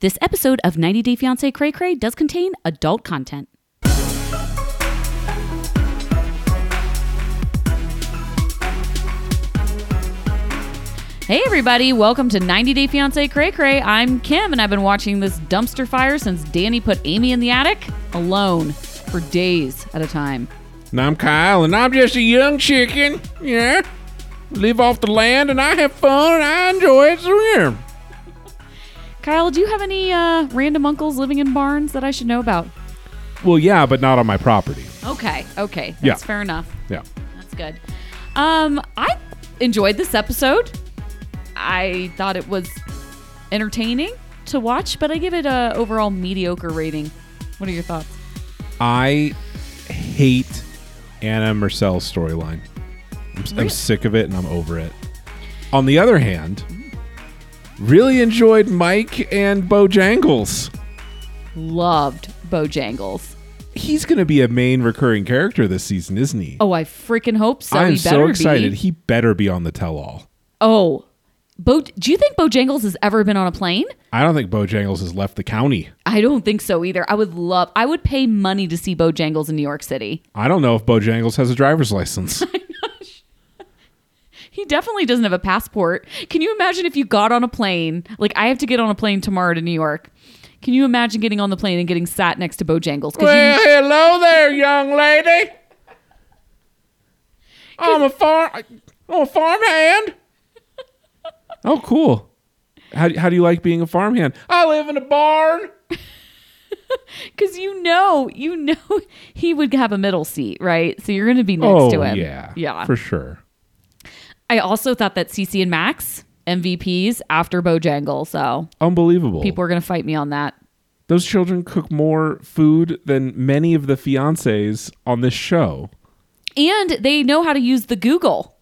This episode of 90 Day Fiancé Cray Cray does contain adult content. Hey everybody, welcome to 90 Day Fiancé Cray Cray. I'm Kim and I've been watching this dumpster fire since Danny put Amy in the attic alone for days at a time. And I'm Kyle, and I'm just a young chicken. Yeah. Live off the land, and I have fun, and I enjoy it. So, yeah. Kyle, do you have any uh, random uncles living in barns that I should know about? Well, yeah, but not on my property. Okay, okay. That's Yeah. fair enough. Yeah. That's good. Um, I enjoyed this episode. I thought it was entertaining to watch, but I give it a overall mediocre rating. What are your thoughts? I hate Anna Marcel's storyline. I'm, I'm sick of it, and I'm over it. On the other hand, really enjoyed Mike and Bojangles. Loved Bojangles. He's going to be a main recurring character this season, isn't he? Oh, I freaking hope so. I'm he so better excited. Be. He better be on the tell-all. oh, Bo- do you think Bojangles has ever been on a plane? I don't think Bojangles has left the county. I don't think so either. I would love. I would pay money to see Bojangles in New York City. I don't know if Bojangles has a driver's license. He definitely doesn't have a passport. Can you imagine if you got on a plane? Like I have to get on a plane tomorrow to New York. Can you imagine getting on the plane and getting sat next to Bojangles? 'Cause you- hello there, young lady. I'm a farm. I'm a farmhand. Oh, cool. How, do- how do you like being a farmhand? I live in a barn. Because you know, you know, he would have a middle seat, right? So you're going to be next oh to him. yeah, yeah. for sure. I also thought that CC and Max MVPs after Bojangle, Oh. so Unbelievable. people are going to fight me on that. Those children cook more food than many of the fiancés on this show. And they know how to use the Google.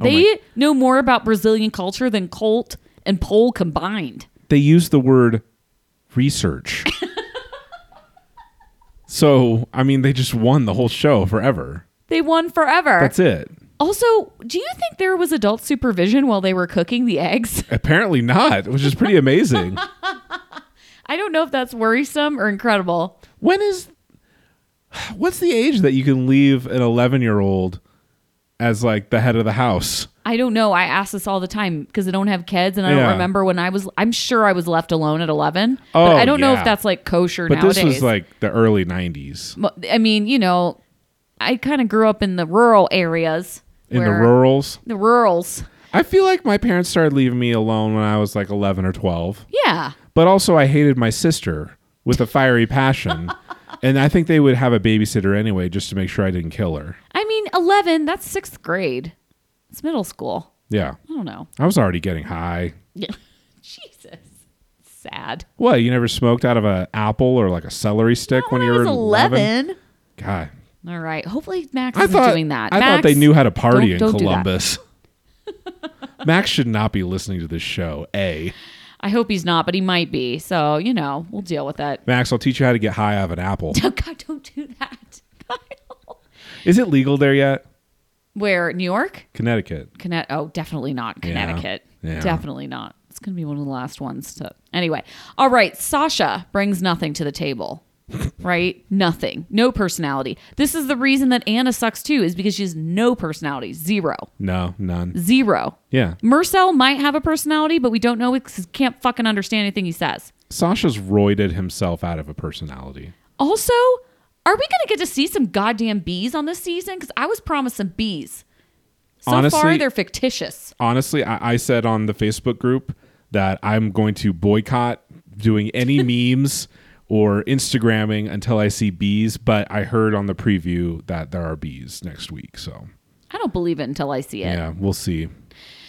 They Oh my- know more about Brazilian culture than Colt and Pole combined. They use the word research. so I mean, they just won the whole show forever. They won forever. That's it. Also, do you think there was adult supervision while they were cooking the eggs? Apparently not, which is pretty amazing. I don't know if that's worrisome or incredible. when is what's the age that you can leave an 11 year old as like the head of the house? I don't know. I ask this all the time because I don't have kids and I don't Yeah. remember when I was. I'm sure I was left alone at 11, but Oh, I don't know if yeah. that's like kosher But nowadays. this was like the early 90s Mo- I mean, you know, I kind of grew up in the rural areas. in the where- rurals. The rurals. I feel like my parents started leaving me alone when I was like 11 or 12, Yeah. but also I hated my sister with a fiery passion. and I think they would have a babysitter anyway just to make sure I didn't kill her. I mean, 11, that's sixth grade. It's middle school. Yeah. I don't know. I was already getting high. Yeah. Jesus. Sad. What? You never smoked out of an apple or like a celery stick Not when, when you I were was 11. God, All right. Hopefully Max I isn't thought doing that. I Max, thought they knew how to party don't- in don't do that. Columbus. Max should not be listening to this show. A I hope he's not, but he might be. So you know, we'll deal with that. Max, I'll teach you how to get high off an apple. Oh God, don't do that, Kyle. Is it legal there yet? Where New York? Connecticut. Connect? Oh, definitely not Connecticut. Yeah. Definitely not. It's gonna be one of the last ones to. Anyway, all right. Sasha brings nothing to the table. Right? Nothing. No personality. This is the reason that Anna sucks too, is because she has no personality. Zero. No, none. Zero. Yeah. Marcel might have a personality, but we don't know because he can't fucking understand anything he says. Sasha's roided himself out of a personality. Also, are we going to get to see some goddamn bees on this season? Because I was promised some bees. So far, Honestly- they're fictitious. Honestly, I, I said on the Facebook group that I'm going to boycott doing any memes or Instagramming until I see bees, but I heard on the preview that there are bees next week. So I don't believe it until I see it. yeah we'll see.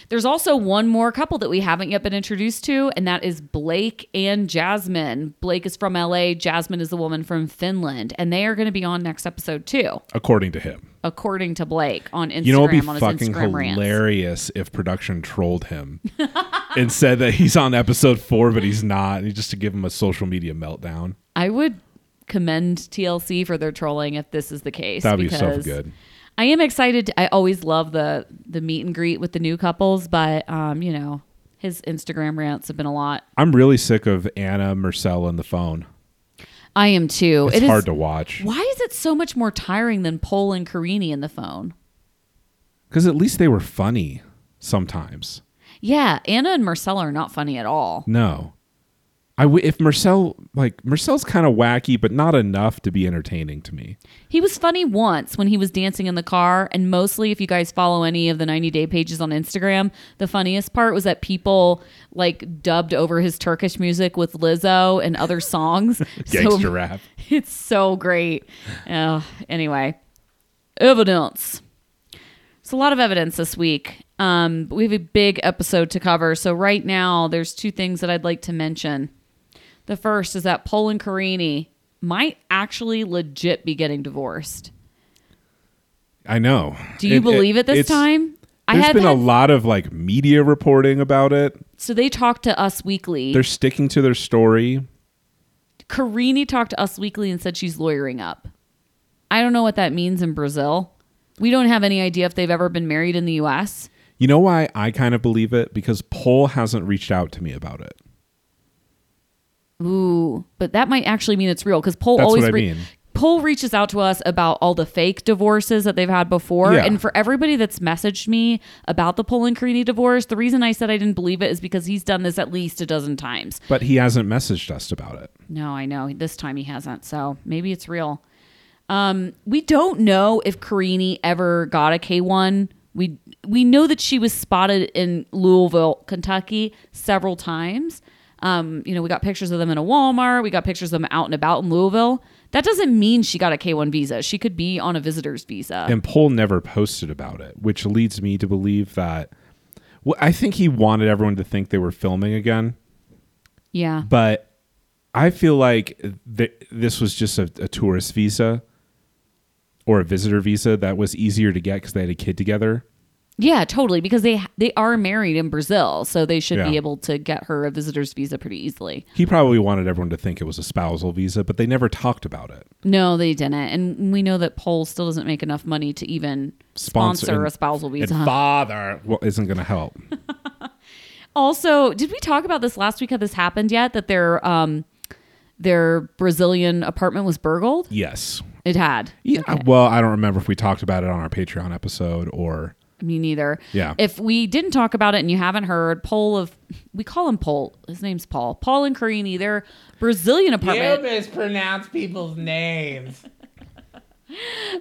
There's also one more couple that we haven't yet been introduced to, and that is Blake and Jasmine. Blake is from LA, Jasmine is the woman from Finland, and they are going to be on next episode too, According to him. according to Blake on Instagram You know, it'd be on his fucking Instagram rants. hilarious if production trolled him and said that he's on episode four, but he's not, and just to give him a social media meltdown. I would commend TLC for their trolling if this is the case. That'd be so because good. I am excited. I always love the the meet and greet with the new couples, but um, you know, His Instagram rants have been a lot. I'm really sick of Anna Marcel on the phone. I am too. It's It is- hard to watch Why is it so much more tiring than Pole and Carini in the phone? because at least they were funny sometimes. Yeah, Anna and Marcella are not funny at all. No, I w- if Marcel like Marcel's kind of wacky, but not enough to be entertaining to me. He was funny once when he was dancing in the car, and mostly if you guys follow any of the 90 Day pages on Instagram, the funniest part was that people like dubbed over his Turkish music with Lizzo and other songs. So- Gangster rap. It's so great. Uh, anyway, evidence. It's a lot of evidence this week. Um, but we have a big episode to cover. So right now, there's two things that I'd like to mention. The first is that Paul and Carini might actually legit be getting divorced. I know. Do you It- believe it, this it's- time? I There's have been a had- lot of like media reporting about it. so they talked to us weekly. They're sticking to their story. Carini talked to us weekly and said she's lawyering up. I don't know what that means in Brazil. We don't have any idea if they've ever been married in the U.S. You know why I kind of believe it? Because Poll hasn't reached out to me about it. Ooh, but that might actually mean it's real because Poll That's always what I re- mean. Poll reaches out to us about all the fake divorces that they've had before. Yeah. And for everybody that's messaged me about the Poll and Carini divorce, the reason I said I didn't believe it is because he's done this at least a dozen times. But he hasn't messaged us about it. No, I know. This time he hasn't. So maybe it's real. Um, we don't know if Carini ever got a K1. We we know that she was spotted in Louisville, Kentucky several times. Um, you know, we got pictures of them in a Walmart. We got pictures of them out and about in Louisville. That doesn't mean she got a K1 visa. She could be on a visitor's visa. And Poll never posted about it, which leads me to believe that. Well, I think he wanted everyone to think they were filming again, Yeah. but I feel like th- this was just a, a tourist visa or a visitor visa that was easier to get because they had a kid together. Yeah, totally because they they are married in Brazil, so they should be Yeah. able to get her a visitor's visa pretty easily. He probably wanted everyone to think it was a spousal visa, but they never talked about it. No, they didn't. And we know that Poll still doesn't make enough money to even sponsor, and- a spousal and visa. father well, isn't going to help. also, did we talk about this last week? Had this happened yet? That their um, their Brazilian apartment was burgled? Yes. It had. Yeah. Okay. Well, I don't remember if we talked about it on our Patreon episode or Me neither. Yeah. If we didn't talk about it and you haven't heard, Paul of we call him Paul. His name's Paul. Paul and Carini, their Brazilian apartment. mispronounce people's names.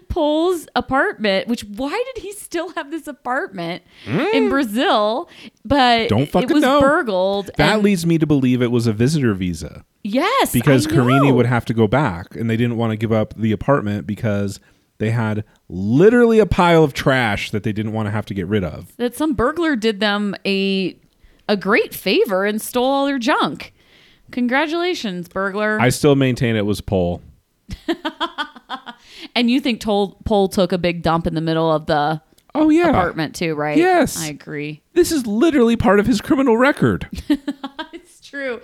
Paul's apartment, which why did he still have this apartment in Brazil? But Mm. Don't fucking it was know. burgled. that and- leads me to believe it was a visitor visa yes, because I Carini know. would have to go back and they didn't want to give up the apartment because they had literally a pile of trash that they didn't want to have to get rid of. that some burglar did them a a great favor and stole all their junk. Congratulations, burglar! I still maintain it was Poll. and you think Tol- Pole took a big dump in the middle of the Oh yeah. apartment too, right? Yes. I agree. This is literally part of his criminal record. It's true.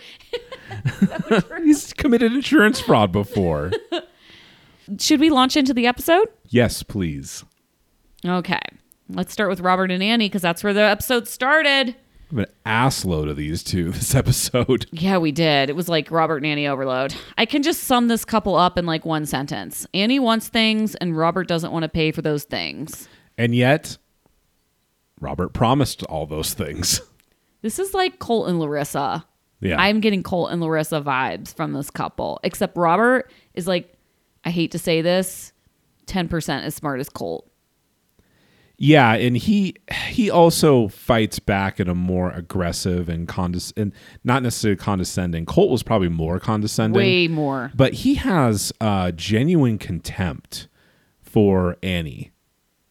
He's committed insurance fraud before. Should we launch into the episode? yes, please. Okay, let's start with Robert and Annie because that's where the episode started. I have an ass load of these two this episode. Yeah, we did. It was like Robert and Annie overload. I can just sum this couple up in like one sentence. Annie wants things, and Robert doesn't want to pay for those things. And yet, Robert promised all those things. This is like Colt and Larissa. Yeah. I'm getting Colt and Larissa vibes from this couple, except Robert is like, I hate to say this, 10% as smart as Colt. yeah, and he he also fights back in a more aggressive and condes- and not necessarily condescending. Colt was probably more condescending. Way more. But he has uh, genuine contempt for Annie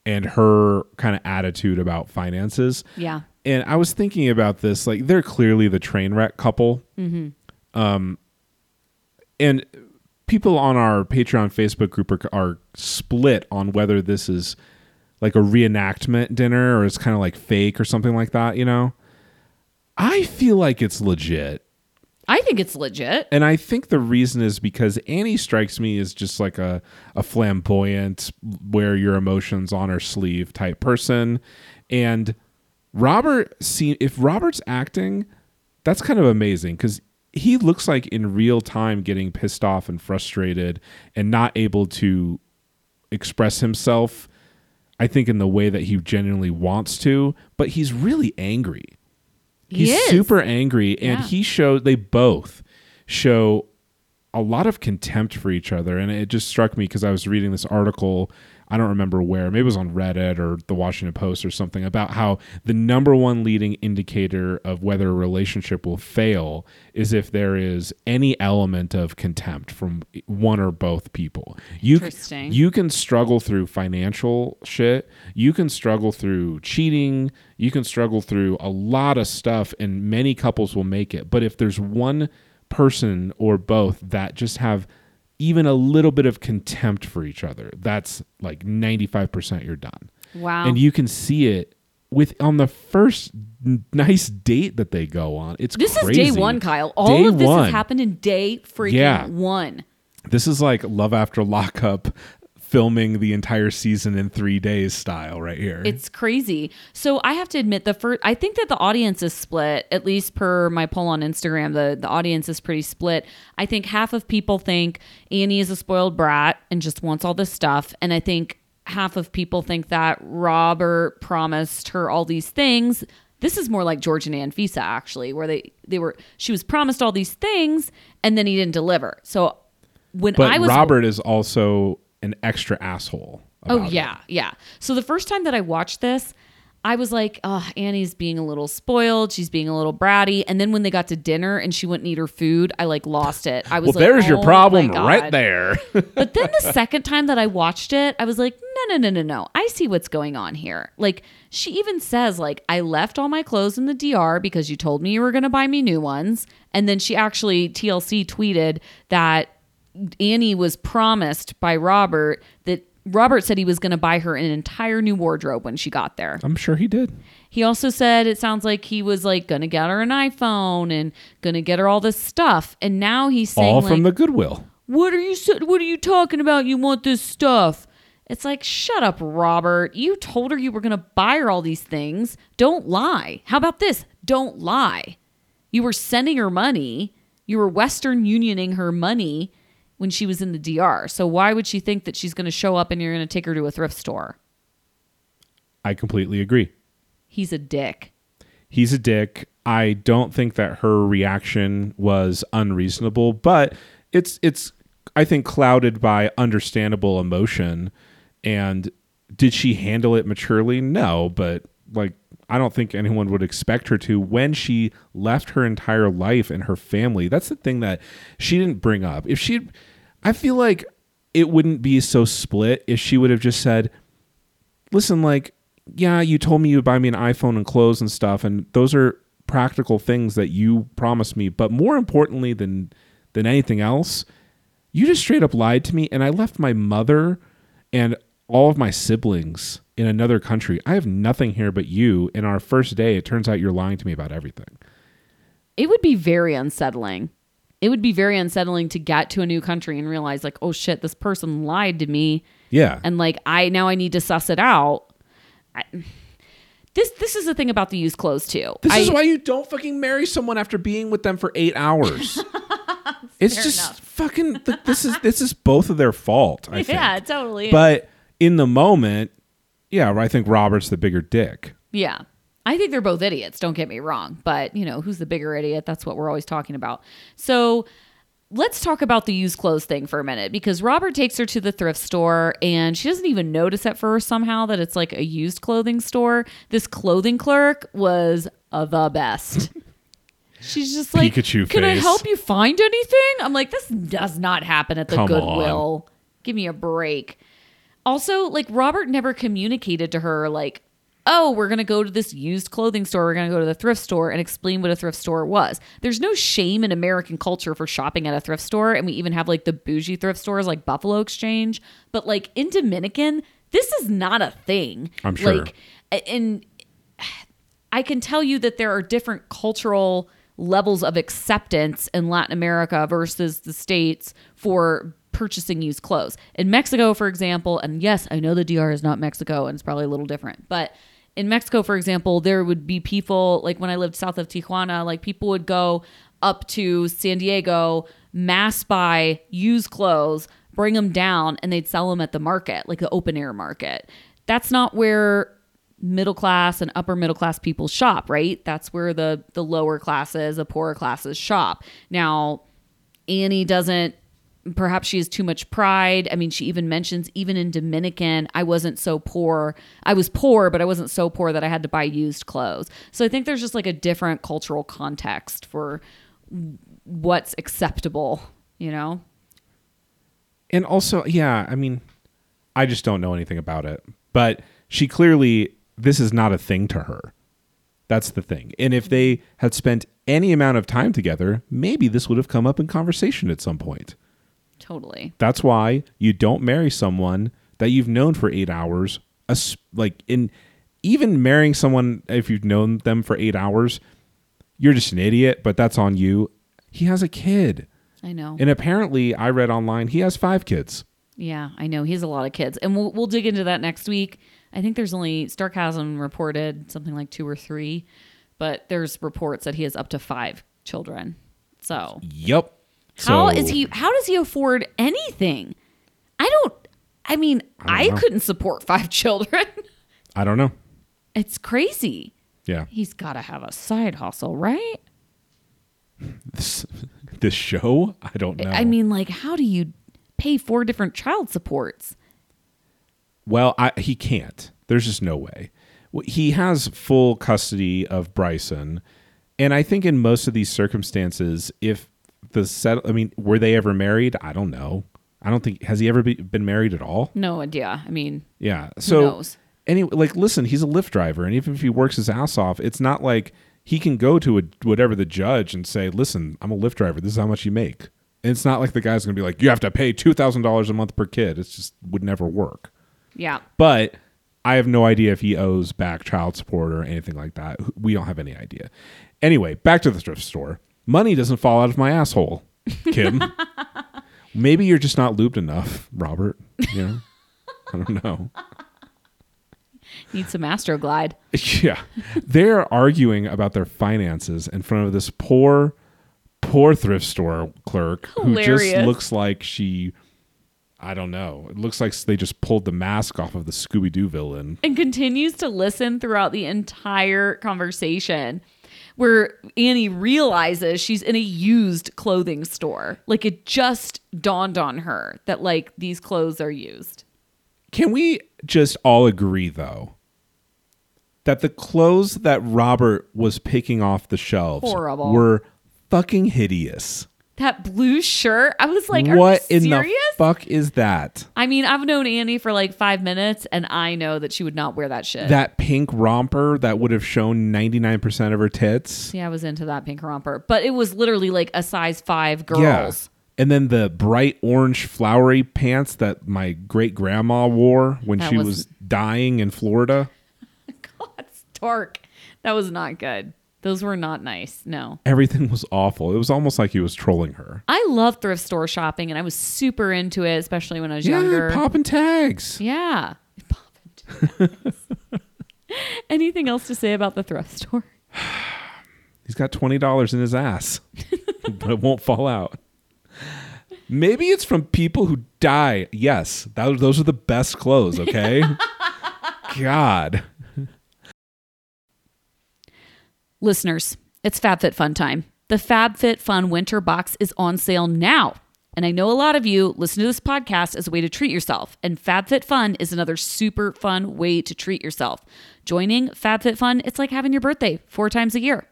and her kind of attitude about finances. Yeah. And I was thinking about this, like they're clearly the train wreck couple. Um, and people on our Patreon Facebook group are, are split on whether this is like a reenactment dinner or it's kind of like fake or something like that. You know, I feel like it's legit. I think it's legit. And I think the reason is because Annie strikes me as just like a, a flamboyant, wear your emotions on her sleeve type person. And Robert seem if Robert's acting, that's kind of amazing because he looks like in real time getting pissed off and frustrated and not able to express himself. I think in the way that he genuinely wants to, but he's really angry. He He's is. super angry, and Yeah. he showed they both show a lot of contempt for each other, and it just struck me because I was reading this article. I don't remember where, maybe it was on Reddit or the Washington Post or something about how the number one leading indicator of whether a relationship will fail is if there is any element of contempt from one or both people. You Interesting. you can struggle through financial shit. You can struggle through cheating. You can struggle through a lot of stuff, and many couples will make it. But if there's one person or both that just have even a little bit of contempt for each other, that's like 95% you're done. Wow. And you can see it with on the first n- nice date that they go on. It's this crazy. is day one, Kyle. All Day of this one. has happened in day freaking Yeah. one. This is like Love After Lockup filming the entire season in three days style right here. It's crazy. So I have to admit the first I think that the audience is split, at least per my poll on Instagram, the, the audience is pretty split. I think half of people think Annie is a spoiled brat and just wants all this stuff. And I think half of people think that Robert promised her all these things. This is more like George and Ann Fisa actually, where they, they were she was promised all these things and then he didn't deliver. So when but I was Robert is also an extra asshole. Oh about it. yeah, yeah. So the first time that I watched this, I was like, "Oh, Annie's being a little spoiled. She's being a little bratty." And then when they got to dinner and she wouldn't eat her food, I like lost it. I was Well, like, there's "Oh, your my problem God." right there. But then the second time that I watched it, I was like, "No, no, no, no, no. I see what's going on here." Like she even says like, "I left all my clothes in the DR because you told me you were going to buy me new ones." And then she actually TLC tweeted that Annie was promised by Robert that Robert said he was going to buy her an entire new wardrobe when she got there. I'm sure he did. He also said it sounds like he was like going to get her an iPhone and going to get her all this stuff. And now he's saying All like, from the goodwill. what are you so- what are you talking about? You want this stuff? It's like, shut up, Robert. You told her you were going to buy her all these things. Don't lie. How about this? Don't lie. You were sending her money. You were Western Unioning her money when she was in the DR. So why would she think that she's going to show up and you're going to take her to a thrift store? I completely agree. He's a dick. He's a dick. I don't think that her reaction was unreasonable, but it's it's I think clouded by understandable emotion and did she handle it maturely? No, but like I don't think anyone would expect her to when she left her entire life and her family. That's the thing that she didn't bring up. If she I feel like it wouldn't be so split if she would have just said, listen, like, yeah, you told me you would buy me an iPhone and clothes and stuff, and those are practical things that you promised me. But more importantly than than anything else, you just straight up lied to me, and I left my mother and all of my siblings in another country. I have nothing here but you. And our first day, it turns out you're lying to me about everything. It would be very unsettling. It would be very unsettling to get to a new country and realize like, oh shit, this person lied to me. Yeah. and like I now I need to suss it out. I, this this is the thing about the used clothes too. This I, is why you don't fucking marry someone after being with them for eight hours. it's just fucking. Th- this is this is both of their fault. I think. yeah, totally. But in the moment, yeah, I think Robert's the bigger dick. yeah, I think they're both idiots. Don't get me wrong, but you know who's the bigger idiot? That's what we're always talking about. So. Let's talk about the used clothes thing for a minute because Robert takes her to the thrift store and she doesn't even notice at first somehow that it's like a used clothing store. This clothing clerk was uh, the best. She's just like, Pikachu Can I face. help you find anything? I'm like, this does not happen at the Come on. Goodwill. Give me a break. Also, like Robert never communicated to her like, "Oh, we're going to go to this used clothing store. We're going to go to the thrift store and explain what a thrift store was." There's no shame in American culture for shopping at a thrift store, and we even have like the bougie thrift stores like Buffalo Exchange, but like in Dominican, this is not a thing. I'm sure. Like a- and I can tell you that there are different cultural levels of acceptance in Latin America versus the states for purchasing used clothes. In Mexico, for example, and yes, I know the DR is not Mexico and it's probably a little different, but in Mexico, for example, there would be people like when I lived south of Tijuana, like people would go up to San Diego, mass buy used clothes, bring them down, and they'd sell them at the market, like the open air market. That's not where middle class and upper middle class people shop, right? That's where the the lower classes, the poorer classes shop. Now, Annie doesn't perhaps she has too much pride. I mean, she even mentions even in Dominican, I wasn't so poor. I was poor, but I wasn't so poor that I had to buy used clothes. So I think there's just like a different cultural context for what's acceptable, you know? And also, yeah, I mean, I just don't know anything about it. But she clearly, this is not a thing to her. That's the thing. And if they had spent any amount of time together, maybe this would have come up in conversation at some point. Totally. That's why you don't marry someone that you've known for eight hours. as- Like in even marrying someone if you've known them for eight hours, you're just an idiot. But that's on you. He has a kid, I know. and apparently, I read online he has five kids. Yeah, I know. He has a lot of kids. And we'll, we'll dig into that next week. I think there's only Starkasm reported something like two or three, but there's reports that he has up to five children. So, Yep. how is he, how does he afford anything? I don't, I mean, I I, don't know. couldn't support five children. I don't know. it's crazy. Yeah. He's got to have a side hustle, right? This, this show, I don't know. I mean, like, how do you pay four different child supports? Well, I, he can't. There's just no way. Wh- He has full custody of Bryson, and I think in most of these circumstances, if the set, I mean, were they ever married? I don't know. I don't think has he ever be, been married at all. No idea. I mean, Yeah. So knows? anyway, like, listen, he's a Lyft driver, and even if he works his ass off, it's not like he can go to a, whatever the judge and say, "Listen, I'm a Lyft driver. This is how much you make." And it's not like the guy's going to be like, "You have to pay two thousand dollars a month per kid." It's just would never work yeah. but I have no idea if he owes back child support or anything like that. We don't have any idea. Anyway, back to the thrift store. Money doesn't fall out of my asshole, Kim. Maybe you're just not lubed enough, Robert. You know? I don't know. Needs some Astroglide. Yeah. They're arguing about their finances in front of this poor, poor thrift store clerk who just Hilarious. looks like she, I don't know. It looks like they just pulled the mask off of the Scooby Doo villain. and continues to listen throughout the entire conversation where Annie realizes she's in a used clothing store. Like it just dawned on her that like these clothes are used. Can we just all agree, though, that the clothes that Robert was picking off the shelves Horrible. were fucking hideous? That blue shirt, I was like, are what you in serious? the fuck is that? I mean, I've known Annie for like five minutes and I know that she would not wear that shit. That pink romper that would have shown 99% of her tits? yeah, I was into that pink romper, but it was literally like a size five Yeah. girls. And then the bright orange flowery pants that my great grandma wore when That she was- was dying in Florida. God, dark. That was not good. Those were not nice. No. Everything was awful. It was almost like he was trolling her. I love thrift store shopping, and I was super into it, especially when I was Yeah, younger. popping tags. yeah, Pop and tag. Anything else to say about the thrift store? He's got twenty dollars in his ass, but it won't fall out. Maybe it's from people who die. Yes, that, those are the best clothes. Okay, God, Listeners, it's FabFitFun time. The FabFitFun Winter Box is on sale now. And I know a lot of you listen to this podcast as a way to treat yourself, and FabFitFun is another super fun way to treat yourself. Joining FabFitFun, it's like having your birthday four times a year.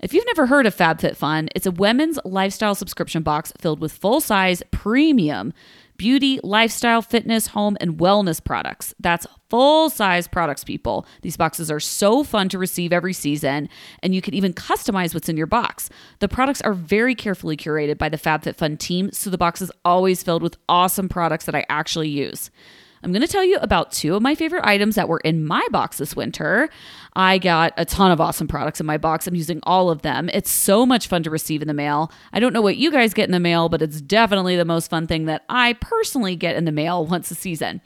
If you've never heard of FabFitFun, it's a women's lifestyle subscription box filled with full size premium beauty, lifestyle, fitness, home, and wellness products. That's full size products, people. These boxes are so fun to receive every season, and you can even customize what's in your box. The products are very carefully curated by the FabFitFun team, so the box is always filled with awesome products that I actually use. I'm going to tell you about two of my favorite items that were in my box this winter. I got a ton of awesome products in my box. I'm using all of them. It's so much fun to receive in the mail. I don't know what you guys get in the mail, but it's definitely the most fun thing that I personally get in the mail once a season.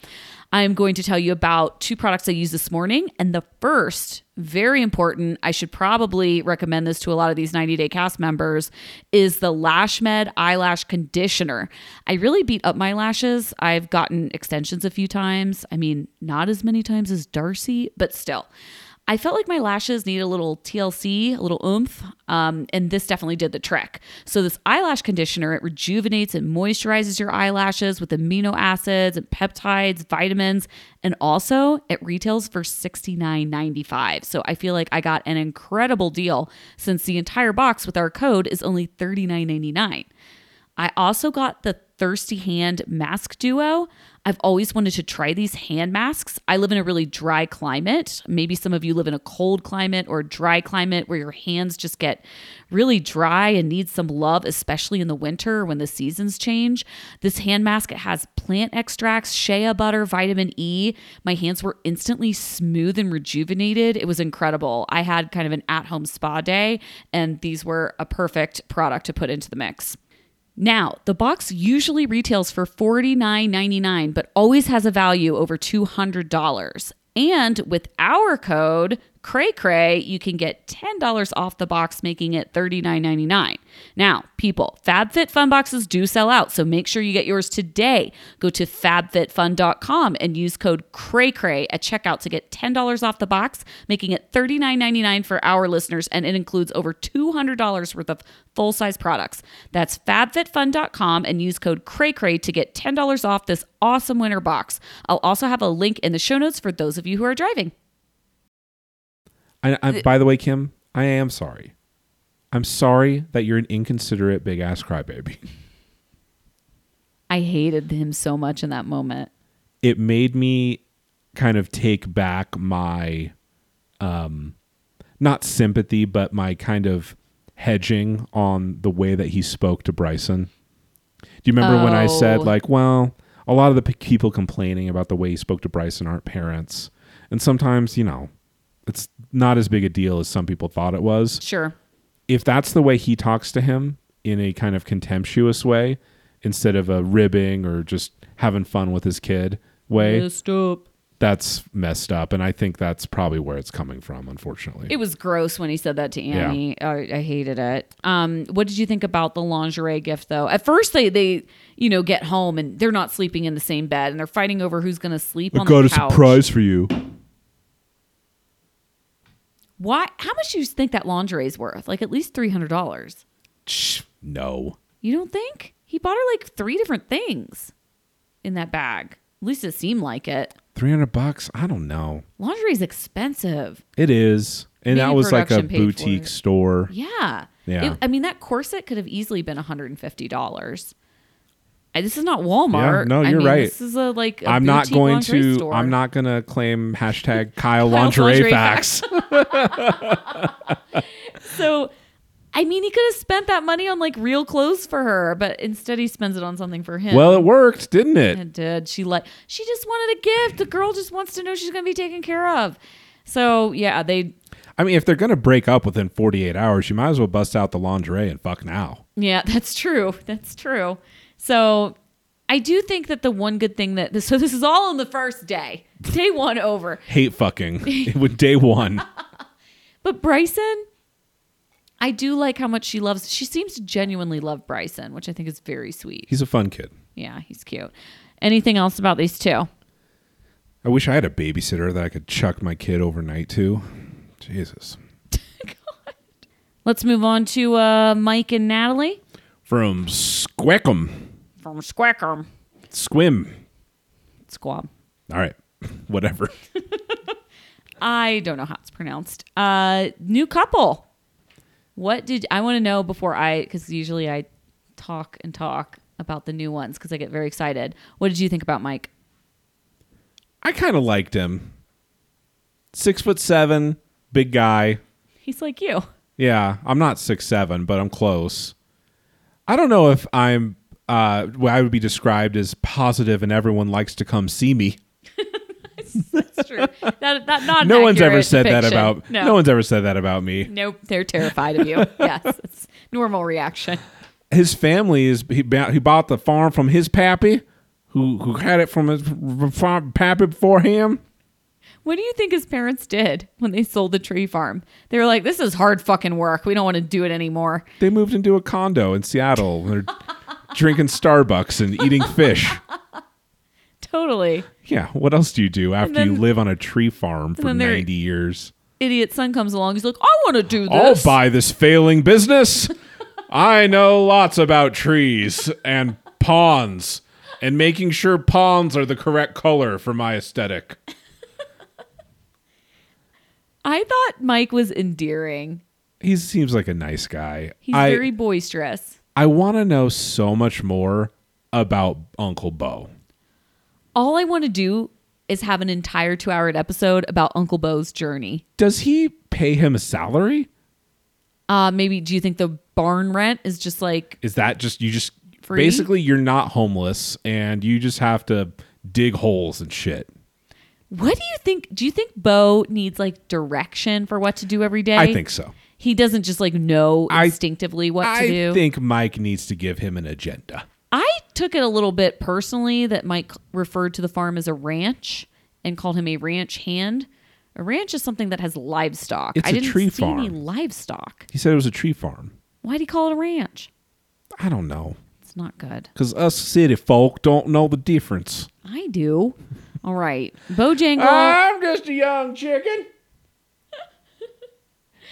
I'm going to tell you about two products I used this morning. And the first, very important, I should probably recommend this to a lot of these 90 Day Cast members, is the Lash Med Eyelash Conditioner. I really beat up my lashes. I've gotten extensions a few times. I mean, not as many times as Darcy, but still. I felt like my lashes needed a little TLC, a little oomph, um, and this definitely did the trick. So this eyelash conditioner it rejuvenates and moisturizes your eyelashes with amino acids and peptides, vitamins, and also it retails for $69.95. So I feel like I got an incredible deal since the entire box with our code is only $39.99. I also got the Thirsty Hand Mask Duo. I've always wanted to try these hand masks. I live in a really dry climate. Maybe some of you live in a cold climate or a dry climate where your hands just get really dry and need some love, especially in the winter when the seasons change. This hand mask it has plant extracts, shea butter, vitamin E. My hands were instantly smooth and rejuvenated. It was incredible. I had kind of an at-home spa day and these were a perfect product to put into the mix. Now, the box usually retails for $49.99, but always has a value over $200. And with our code, CrayCray, you can get $10 off the box, making it $39.99. Now, people, FabFitFun boxes do sell out, so make sure you get yours today. Go to fabfitfun.com and use code CrayCray at checkout to get $10 off the box, making it $39.99 for our listeners, and it includes over $200 worth of full size products. That's fabfitfun.com and use code CRAYCRAY to get $10 off this awesome winter box. I'll also have a link in the show notes for those of you who are driving. I, I, by the way, Kim, I am sorry. I'm sorry that you're an inconsiderate big ass crybaby. I hated him so much in that moment. It made me kind of take back my, um, not sympathy, but my kind of hedging on the way that he spoke to Bryson. Do you remember when I said Oh. like, well, a lot of the p- people complaining about the way he spoke to Bryson aren't parents, and sometimes you know, it's not as big a deal as some people thought it was Sure. if that's the way he talks to him in a kind of contemptuous way instead of a ribbing or just having fun with his kid way Stop. that's messed up and i think that's probably where it's coming from unfortunately It was gross when he said that to Yeah. Annie. I, I hated it. Um, what did you think about the lingerie gift though? At first they they you know get home and they're not sleeping in the same bed and they're fighting over who's going to sleep on the couch. for you Why? How much do you think that lingerie is worth? Like at least three hundred dollars. no You don't think he bought her like three different things in that bag? At least it seemed like it. 300 bucks i don't know Lingerie is expensive. it is and that Maybe was like a production paid for boutique it. store Yeah. Yeah. It- I mean, that corset could have easily been one hundred and fifty dollars. This is not Yeah, Walmart. no, I you're mean, right. This is a like. i i'm not going to i'm not going to claim hashtag kyle lingerie, lingerie facts So, I mean, he could have spent that money on like real clothes for her, but instead he spends it on something for him. well it worked didn't it It did. She like she just wanted a gift. The girl just wants to know she's gonna be taken care of. So yeah, they I mean, if they're gonna break up within 48 hours, you might as well bust out the lingerie and fuck now. yeah, that's true. That's true. So I do think that the one good thing that so this is all on the first day. Day one over. Hate fucking with day one. But Bryson, I do like how much she loves she seems to genuinely love Bryson, which I think is very sweet. He's a fun kid. Yeah, he's cute. Anything else about these two? I wish I had a babysitter that I could chuck my kid overnight to. Jesus. Let's move on to uh, Mike and Natalie From Squickum. from Squackum. Squim. Squab. All right. Whatever. I don't know how it's pronounced. Uh, new couple. What did I want to know before I? Because usually I talk and talk about the new ones because I get very excited. What did you think about Mike? I kind of liked him. Six foot seven, big guy. He's like you. Yeah, I'm not six seven, but I'm close. I don't know if I'm uh what I would be described as positive and everyone likes to come see me. That's true. that, that, not an No one's ever accurate said that depiction. about No. no. one's ever said that about me. Nope. They're terrified of you. yes. It's normal reaction. His family is he, bou- he bought the farm from his pappy who who had it from his f- f- pappy before him. What do you think his parents did when they sold the tree farm? They were like, this is hard fucking work. We don't want to do it anymore. They moved into a condo in Seattle. And they're drinking Starbucks and eating fish. Totally. Yeah, what else do you do after you then- live on a tree farm for then they're- 90 years? Idiot son comes along. He's like, I want to do I'll this. buy this failing business. I know lots about trees and ponds and making sure ponds are the correct color for my aesthetic. I thought Mike was endearing. He seems like a nice guy. He's I, very boisterous. I want to know so much more about Uncle Bo. All I want to do is have an entire two hour episode about Uncle Bo's journey. Does he pay him a salary? Uh, maybe do you think the barn rent is just like Is that just you just Free? basically you're not homeless and you just have to dig holes and shit. what do you think? Do you think Bo needs like direction for what to do every day? I think so. He doesn't just like know I- instinctively what I to do. think Mike needs to give him an agenda. I took it a little bit personally that Mike referred to the farm as a ranch and called him a ranch hand. A ranch is something that has livestock. It's I a didn't tree see any farm. livestock. He said it was a tree farm. Why'd he call it a ranch? I don't know. It's not good. Because us city folk don't know the difference. I do. All right. Bojangle. I'm just a young chicken.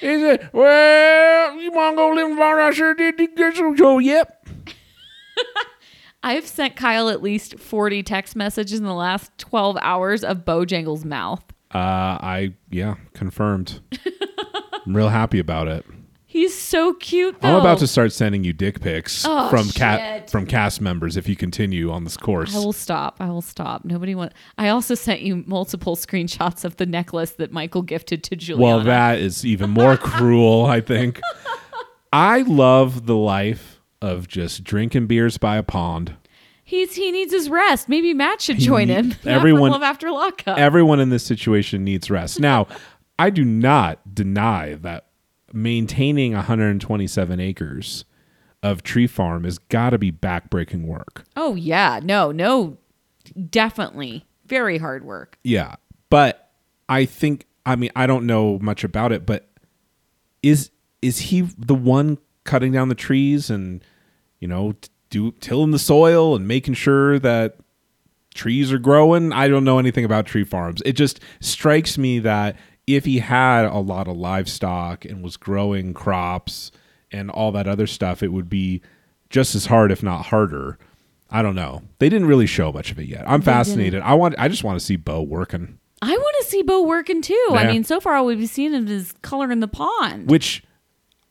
He said, Well, you want to go live in the barn? I sure did. You get some show. Yep. I've sent Kyle at least 40 text messages in the last 12 hours of Bojangle's mouth. Uh, I, yeah, confirmed. I'm real happy about it. He's so cute, though. I'm about to start sending you dick pics Oh, from cat shit. from cast members if you continue on this course. I will stop. I will stop. Nobody want. I also sent you multiple screenshots of the necklace that Michael gifted to Juliana. Well, that is even more cruel, I think. I love the life of just drinking beers by a pond. He's he needs his rest. Maybe Matt should join need- him. everyone- Not for love after lockup. Everyone in this situation needs rest. Now, I do not deny that maintaining 127 acres of tree farm has got to be backbreaking work. oh yeah, no, no, definitely very hard work. Yeah. But I think I mean I don't know much about it, but is is he the one cutting down the trees and you know t- do tilling the soil and making sure that trees are growing? I don't know anything about tree farms. It just strikes me that if he had a lot of livestock and was growing crops and all that other stuff, it would be just as hard if not harder. I don't know. They didn't really show much of it yet. I'm fascinated. I want I just want to see Bo working. I want to see Bo working too. I Yeah. mean, so far all we've seen of is color in the pond. which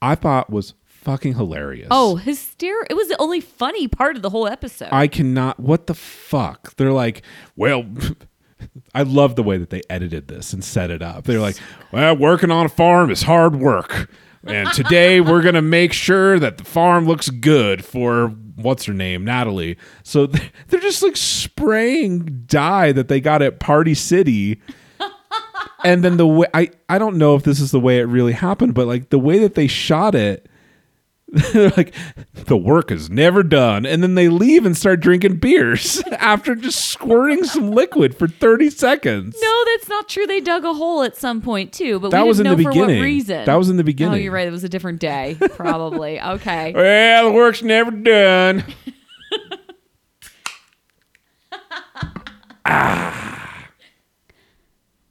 I thought was fucking hilarious. oh, his stare! It was the only funny part of the whole episode. I cannot. What the fuck? They're like, well, I love the way that they edited this and set it up. They're like, well, working on a farm is hard work. And today we're going to make sure that the farm looks good for what's her name, Natalie. So th- they're just like spraying dye that they got at Party City. And then the way I, I don't know if this is the way it really happened, but like the way that they shot it, they're like, the work is never done. And then they leave and start drinking beers after just squirting some liquid for 30 seconds. no, that's not true. They dug a hole at some point too, but That we was didn't in the know for beginning. what reason. That was in the Oh, beginning. you're right. It was a different day, probably. okay. Well, the work's never done.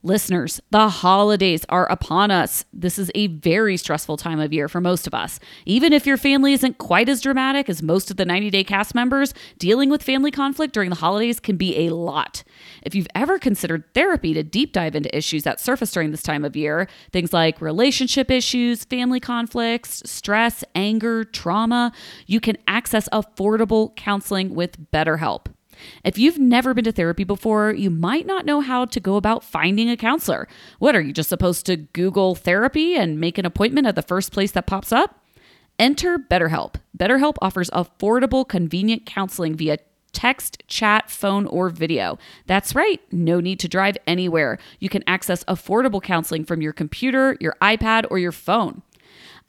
Listeners, the holidays are upon us. This is a very stressful time of year for most of us. Even if your family isn't quite as dramatic as most of the 90 Day cast members, dealing with family conflict during the holidays can be a lot. If you've ever considered therapy to deep dive into issues that surface during this time of year, things like relationship issues, family conflicts, stress, anger, trauma, you can access affordable counseling with BetterHelp. If you've never been to therapy before, you might not know how to go about finding a counselor. What are you just supposed to Google therapy and make an appointment at the first place that pops up? Enter BetterHelp. BetterHelp offers affordable, convenient counseling via text, chat, phone, or video. That's right, no need to drive anywhere. You can access affordable counseling from your computer, your iPad, or your phone.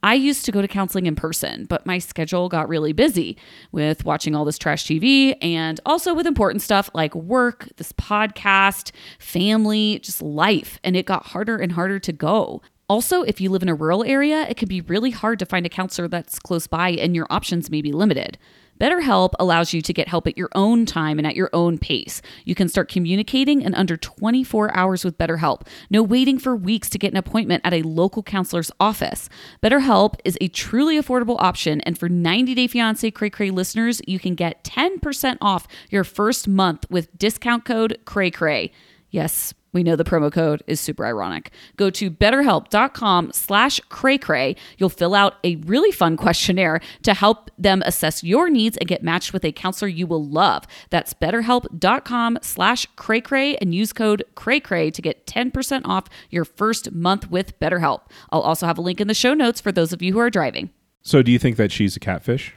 I used to go to counseling in person, but my schedule got really busy with watching all this trash TV and also with important stuff like work, this podcast, family, just life. And it got harder and harder to go. Also, if you live in a rural area, it can be really hard to find a counselor that's close by and your options may be limited. BetterHelp allows you to get help at your own time and at your own pace. You can start communicating in under 24 hours with BetterHelp. No waiting for weeks to get an appointment at a local counselor's office. BetterHelp is a truly affordable option, and for 90 Day Fiance Cray Cray listeners, you can get 10% off your first month with discount code Cray Cray. Yes, we know the promo code is super ironic. Go to betterhelp.com slash craycray. You'll fill out a really fun questionnaire to help them assess your needs and get matched with a counselor you will love. That's betterhelp.com slash craycray and use code craycray to get 10% off your first month with BetterHelp. I'll also have a link in the show notes for those of you who are driving. So, do you think that she's a catfish?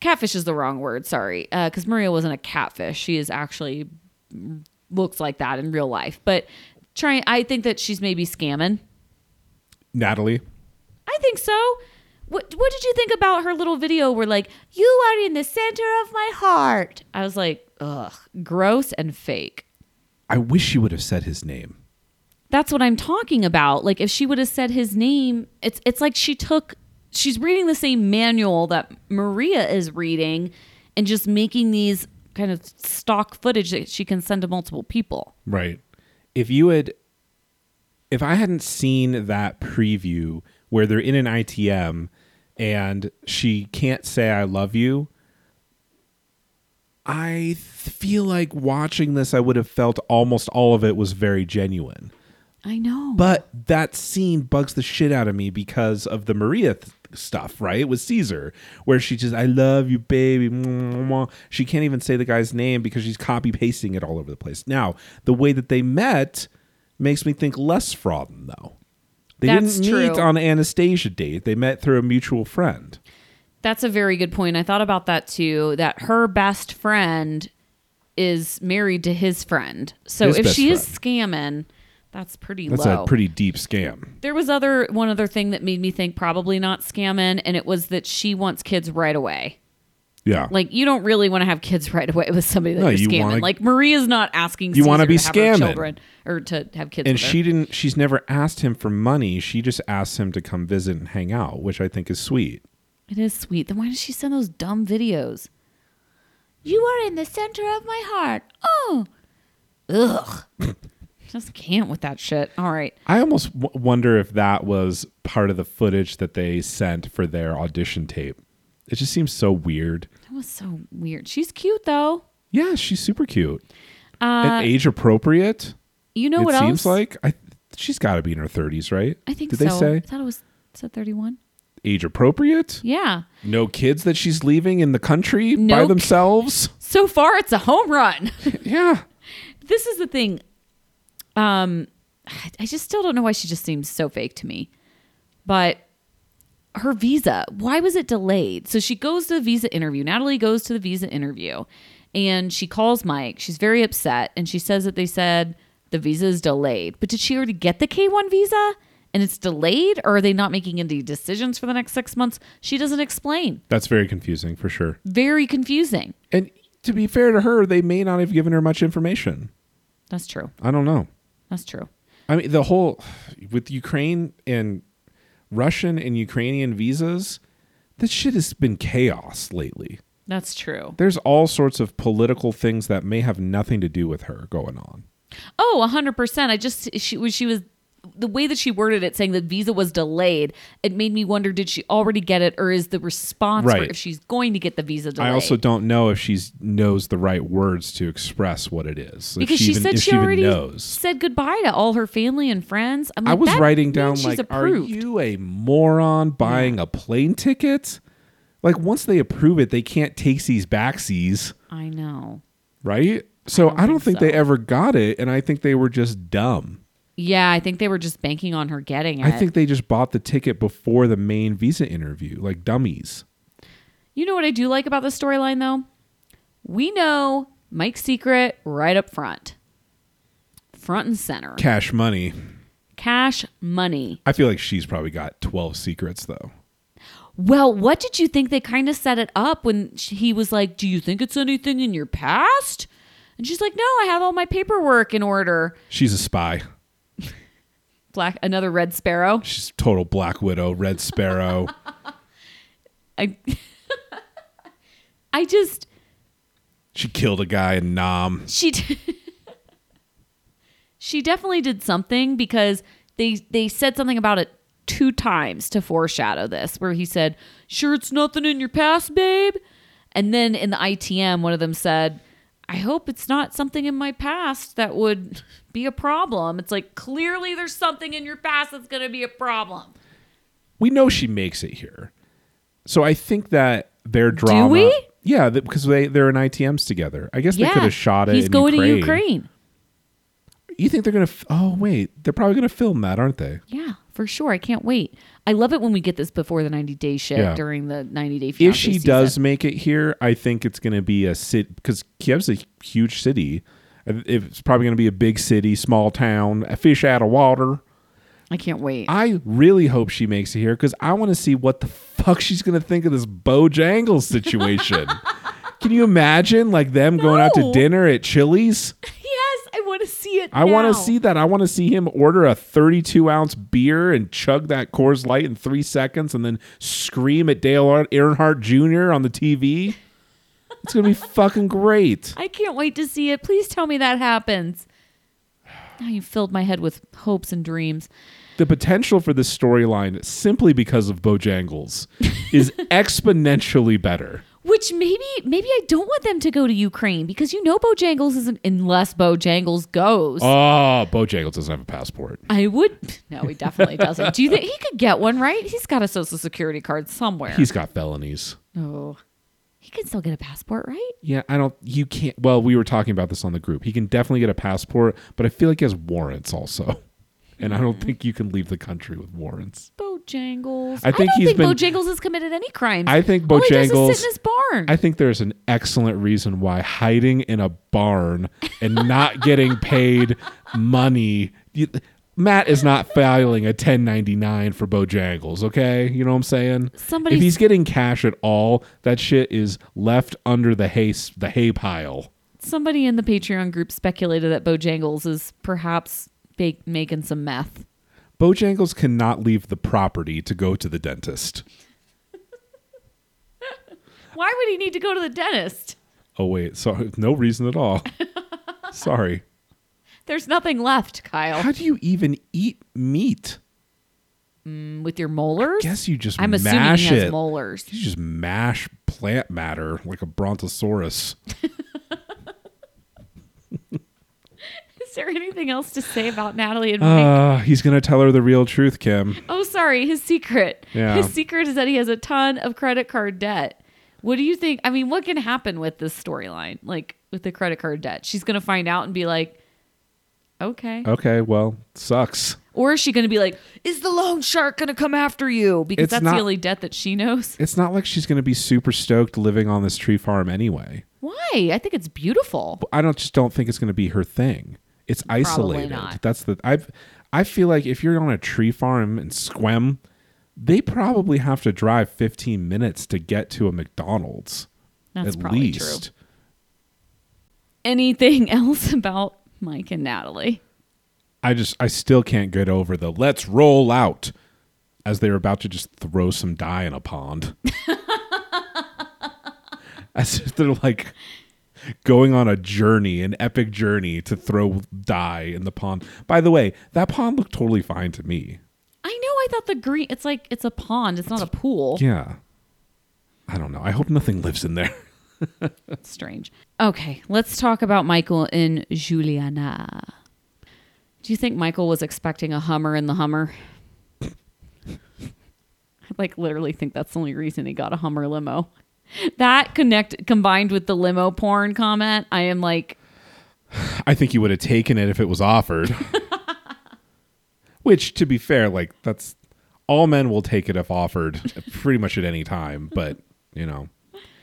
Catfish is the wrong word, sorry, because Maria wasn't a catfish. She is actually mm, looks like that in real life. But trying, I think that she's maybe scamming. Natalie? I think so. What What did you think about her little video where like you are in the center of my heart? I was like, ugh, gross and fake. I wish she would have said his name. That's what I'm talking about. Like if she would have said his name, it's it's like she took she's reading the same manual that Maria is reading and just making these kind of stock footage that she can send to multiple people. Right. If you had, if I hadn't seen that preview where they're in an ITM and she can't say I love you, I th- feel like watching this, I would have felt almost all of it was very genuine. I know. But that scene bugs the shit out of me because of the Maria th- stuff, right? It was Caesar, where she just, I love you, baby. mwah, mwah, mwah." She can't even say the guy's name because she's copy pasting it all over the place. Now, the way that they met makes me think less fraud, though. They That's didn't meet true. on Anastasia date. They met through a mutual friend. That's a very good point. I thought about that too. That her best friend is married to his friend. So His if best she is scamming, that's pretty That's low. a pretty deep scam. there was other one other thing that made me think probably not scamming, and it was that she wants kids right away. Yeah. Like you don't really want to have kids right away with somebody that No, you're you scamming. wanna- like Maria's not asking. You wanna Caesar be to have her scamming. children or to have kids. and with her. she didn't, she's never asked him for money. She just asked him to come visit and hang out, which I think is sweet. It is sweet. Then why does she send those dumb videos? You are in the center of my heart. Oh. Ugh. Just can't with that shit. All right. I almost w- wonder if that was part of the footage that they sent for their audition tape. It just seems so weird. That was so weird. She's cute though. Yeah, she's super cute. and age appropriate. You Uh, know it what seems else? like I, she's got to be in her 30s, right? I think Did so. they say I thought it was said 31. age appropriate? Yeah. No kids that she's leaving in the country by Nope. themselves? So far it's a home run. yeah. this is the thing. Um I- I just still don't know why she just seems so fake to me. But her visa, why was it delayed? So she goes to the visa interview. Natalie goes to the visa interview and she calls Mike. She's very upset and she says that they said the visa is delayed. But did she already get the K1 visa and it's delayed or are they not making any decisions for the next 6 months? She doesn't explain. That's very confusing for sure. Very confusing. And to be fair to her, they may not have given her much information. That's true. I don't know. That's true. I mean, the whole with Ukraine and Russian and Ukrainian visas, that shit has been chaos lately. That's true. There's all sorts of political things that may have nothing to do with her going on. Oh, 100%. I just, she was, she was, the way that she worded it, saying that visa was delayed, it made me wonder did she already get it or is the response for Right. if she's going to get the visa delayed? I also don't know if she knows the right words to express what it is. If because she, even, said if she already even knows. said goodbye to all her family and friends. I'm like, I was that writing means down she's like, approved. are you a moron buying a plane ticket? Like once they approve it, they can't take these backsies. I know. right? So I don't, think, think so. they ever got it, and I think they were just dumb. Yeah, I think they were just banking on her getting it. I think they just bought the ticket before the main visa interview, like dummies. You know what I do like about the storyline though? We know Mike's secret right up front. Front and center. Cash money. Cash money. I feel like she's probably got 12 secrets, though. Well, what did you think? They kind of set it up when sh- he was like, Do you think it's anything in your past? And she's like, No, I have all my paperwork in order. She's a spy. Black, another red sparrow. She's total Black Widow, Red Sparrow. I, I just, she killed a guy in Nam. she d- she definitely did something because they they said something about it two times to foreshadow this where he said sure it's nothing in your past babe and then in the itm one of them said i hope it's not something in my past that would be a problem it's like clearly there's something in your past that's going to be a problem we know she makes it here. So I think that their drama. we? Yeah, th- because they they're in ITMs together. I guess they could have shot it. he's in going Ukraine. to ukraine You think they're gonna? F- oh wait, they're probably gonna film that, aren't they? yeah for sure i can't wait i love it when we get this before the 90 day shit Yeah. during the 90 day If fiancé she season. does make it here, I think it's gonna be a city because Kiev's a huge city. I- It's probably gonna be a big city, small town, a fish out of water. I can't wait. I really hope she makes it here because I want to see what the fuck she's gonna think of this Bojangles situation. Can you imagine like them going out to No. dinner at Chili's? yes, I want to see it. I want now. to see that. I want to see him order a 32 ounce beer and chug that Coors Light in three seconds, and then scream at Dale Ear- Earnhardt Jr. on the TV. It's gonna be fucking great. I can't wait to see it. Please tell me that happens. Now you filled my head with hopes and dreams. the potential for this storyline simply because of Bojangles is exponentially better. Which maybe maybe I don't want them to go to Ukraine because you know Bojangles isn't unless Bojangles goes. Oh, Bojangles doesn't have a passport. I would no, he definitely doesn't. Do you think he could get one, right? He's got a social security card somewhere. He's got felonies. oh. He can still get a passport, right? Yeah, I don't. You can't. Well, we were talking about this on the group. He can definitely get a passport, but I feel like he has warrants also, and I don't think you can leave the country with warrants. Bojangles. I think don't he's think been- Bojangles has committed any crimes. I think All he does is Bojangles- sit in his barn. I think there's an excellent reason why hiding in a barn and not getting paid money. You, Matt is not filing a 1099 for Bojangles, okay? You know what I'm saying? Somebody's- if he's getting cash at all, that shit is left under the hay the hay pile. somebody in the Patreon group speculated that Bojangles is perhaps bake, making some meth. Bojangles cannot leave the property to go to the dentist. Why would he need to go to the dentist? Oh wait, sorry, no reason at all. sorry. There's nothing left, Kyle. How do you even eat meat? With your molars? Guess you just I'm assuming mash he has it. molars. You just mash plant matter like a brontosaurus. Is there anything else to say about Natalie and Mike? Uh, he's gonna tell her the real truth, Kim. oh, sorry, his secret. Yeah. His secret is that he has a ton of credit card debt. What do you think? I mean, what can happen with this storyline? Like with the credit card debt? She's going to find out and be like, okay. Okay, well, sucks. Or is she going to be like, is the loan shark going to come after you? Because It's that's not- the only debt that she knows. It's not like she's gonna be super stoked living on this tree farm anyway. Why? I think it's beautiful. I don't just don't think it's gonna be her thing. It's isolated. not. That's the I've I feel like if you're on a tree farm in Squem, they probably have to drive 15 minutes to get to a McDonald's. That's at probably true. least. Anything else about Mike and Natalie? I just I still can't get over the let's roll out as they were about to just throw some dye in a pond. as if they're like going on a journey, an epic journey to throw dye in the pond. By the way, that pond looked totally fine to me. I know I thought the green it's like it's a pond, it's not a pool. Yeah. I don't know. I hope nothing lives in there. It's strange. Okay, let's talk about Michael and Juliana. Do you think Michael was expecting a Hummer in the Hummer? I like literally think that's the only reason he got a Hummer limo. That connect combined with the limo porn comment, I am like I think you would have taken it if it was offered. Which, to be fair, like that's all men will take it if offered, pretty much at any time. But you know,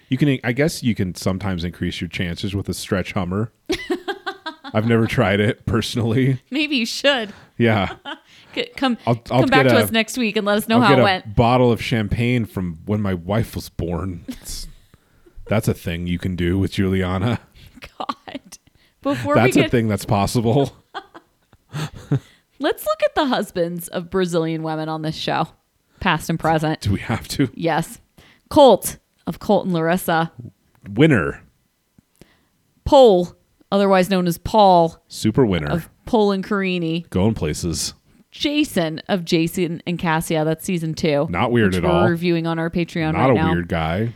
you can. I guess you can sometimes increase your chances with a stretch Hummer. I've never tried it personally. maybe you should. Yeah, C- Come, I'll- I'll come back get to a- us next week and let us know I'll how get it a went. bottle of champagne from when my wife was born. It's- that's a thing you can do with Juliana. God. Before that's we a get, thing that's possible. let's look at the husbands of Brazilian women on this show, past and present. Do we have to? Yes, Colt of Colt and Larissa, Winner. Pole, otherwise known as Paul Super winner. of Pole and Carini, Going places. Jason of Jason and Cassia. That's season two. Not weird which at we're all. Reviewing on our Patreon Not right a now. weird guy.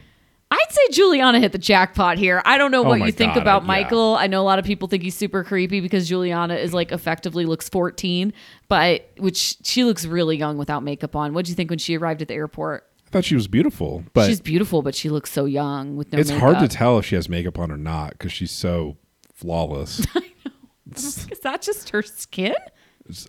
I'd say Juliana hit the jackpot here. I don't know what Oh my you think God, about I- yeah. Michael. I know a lot of people think he's super creepy because Juliana is like effectively looks 14, but which she looks really young without makeup on. What do you think when she arrived at the airport? I thought she was beautiful, but She's beautiful, but she looks so young with no it's makeup. hard to tell if she has makeup on or not because she's so flawless. Is that just her skin?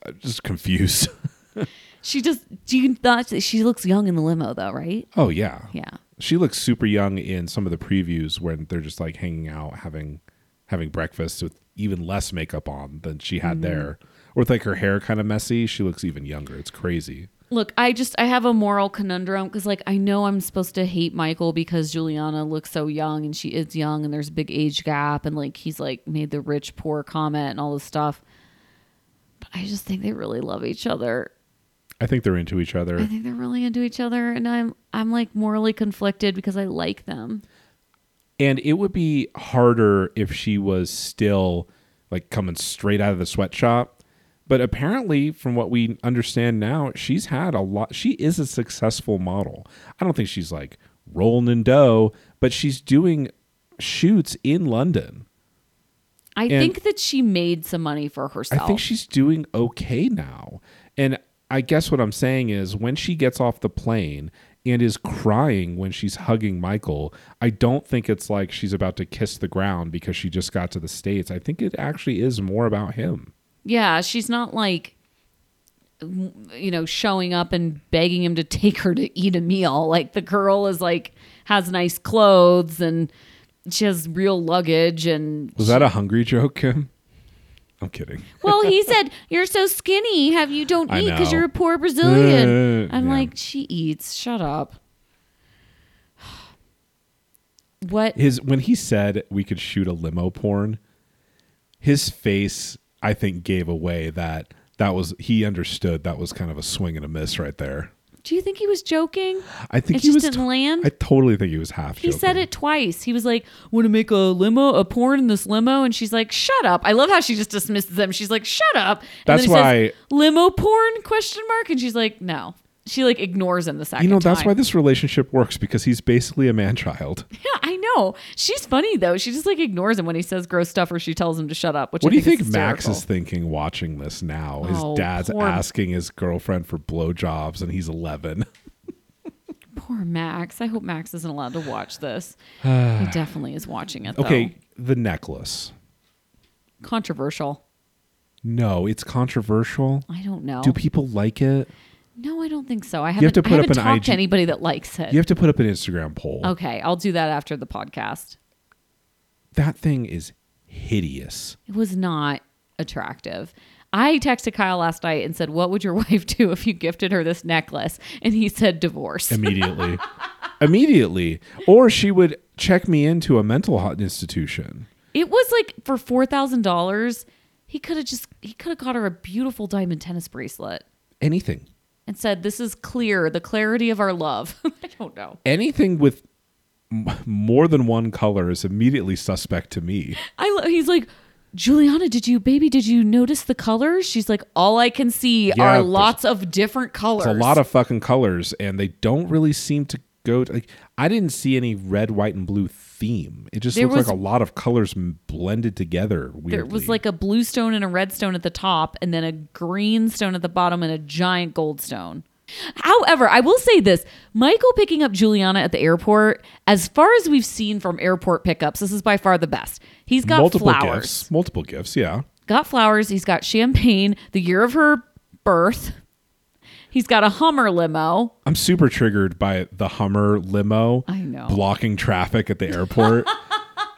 I'm just confused. She just do you not she looks young in the limo though, right? oh yeah, Yeah. She looks super young in some of the previews when they're just like hanging out, having having breakfast with even less makeup on than she Mm-hmm. had there, or with like her hair kind of messy. She looks even younger. It's crazy. Look, I just I have a moral conundrum because like I know I'm supposed to hate Michael because Juliana looks so young and she is young and there's a big age gap and like he's like made the rich poor comment and all this stuff. But I just think they really love each other. I think they're into each I other. think they're really into each other and I'm I'm like morally conflicted because I like them. And it would be harder if she was still like coming straight out of the sweatshop. But apparently, from what we understand now, she's had a lot. She is a successful model. I don't think she's like rolling in dough, but she's doing shoots in London. I think that she made some money for herself. I think she's doing okay now. And I guess what I'm saying is when she gets off the plane and is crying when she's hugging Michael, I don't think it's like she's about to kiss the ground because she just got to the States. I think it actually is more about him. Yeah, she's not like you know showing up and begging him to take her to eat a meal. Like the girl is like has nice clothes and she has real luggage and Was that a hungry joke, Kim? I'm kidding. well he said you're so skinny have you don't I eat because know. Uh, you're a poor brazilian i'm Yeah. like she eats shut up what His when he said we could shoot a limo porn, his face I think gave away that that was he understood that was kind of a swing and a miss right there. do you think he was joking I think It he just was didn't t- land? I totally think he was half. He said joking. it twice. He was like, "Want to make a limo, a porn in this limo?" And she's like, "Shut up!" I love how she just dismisses them. She's like, "Shut up!" And That's then he why- says, limo porn question mark. And she's like, "No." She like ignores him the second. You know, that's time. why this relationship works because he's basically a man child. Yeah, I know. She's funny though. She just like ignores him when he says gross stuff, or she tells him to shut up. Which What I do you think is Max is hysterical. thinking watching this now? His Oh, dad's poor- asking his girlfriend for blowjobs and he's 11. Poor Max. I hope Max isn't allowed to watch this. he definitely is watching it. Though. Okay, the necklace. Controversial. No, it's controversial. I don't know. Do people like it? no, I don't think so. I haven't. You have to put I up haven't an talked to IG anybody that likes it. You have to put up an Instagram poll. Okay, I'll do that after the podcast. That thing is hideous. It was not attractive. I texted Kyle last night and said, What would your wife do if you gifted her this necklace? And he said, Divorce. Immediately. Immediately. Or she would check me into a mental health institution. It was like for $4,000, he could have just, he could have got her a beautiful diamond tennis bracelet Anything. and said, This is clear, the clarity of our love. I don't know. anything with m- more than one color is immediately suspect to me. I lo- he's like, Juliana, did you, baby, did you notice the colors? She's like, All I can see Yeah, are there's- lots of different colors. It's a lot of fucking colors, and they don't really seem to go. To, like I didn't see any red, white, and blue theme. It just There looks was- like a lot of colors m- blended together. Weirdly, There was like a blue stone and a red stone at the top, and then a green stone at the bottom, and a giant gold stone. However, I will say this Michael picking up Juliana at the airport, as far as we've seen from airport pickups, this is by far the best. He's got multiple flowers. gifts. Multiple gifts. Yeah, Got flowers. He's got champagne, the year of her birth. He's got a Hummer limo. I'm super triggered by the Hummer limo. I know. blocking traffic at the airport.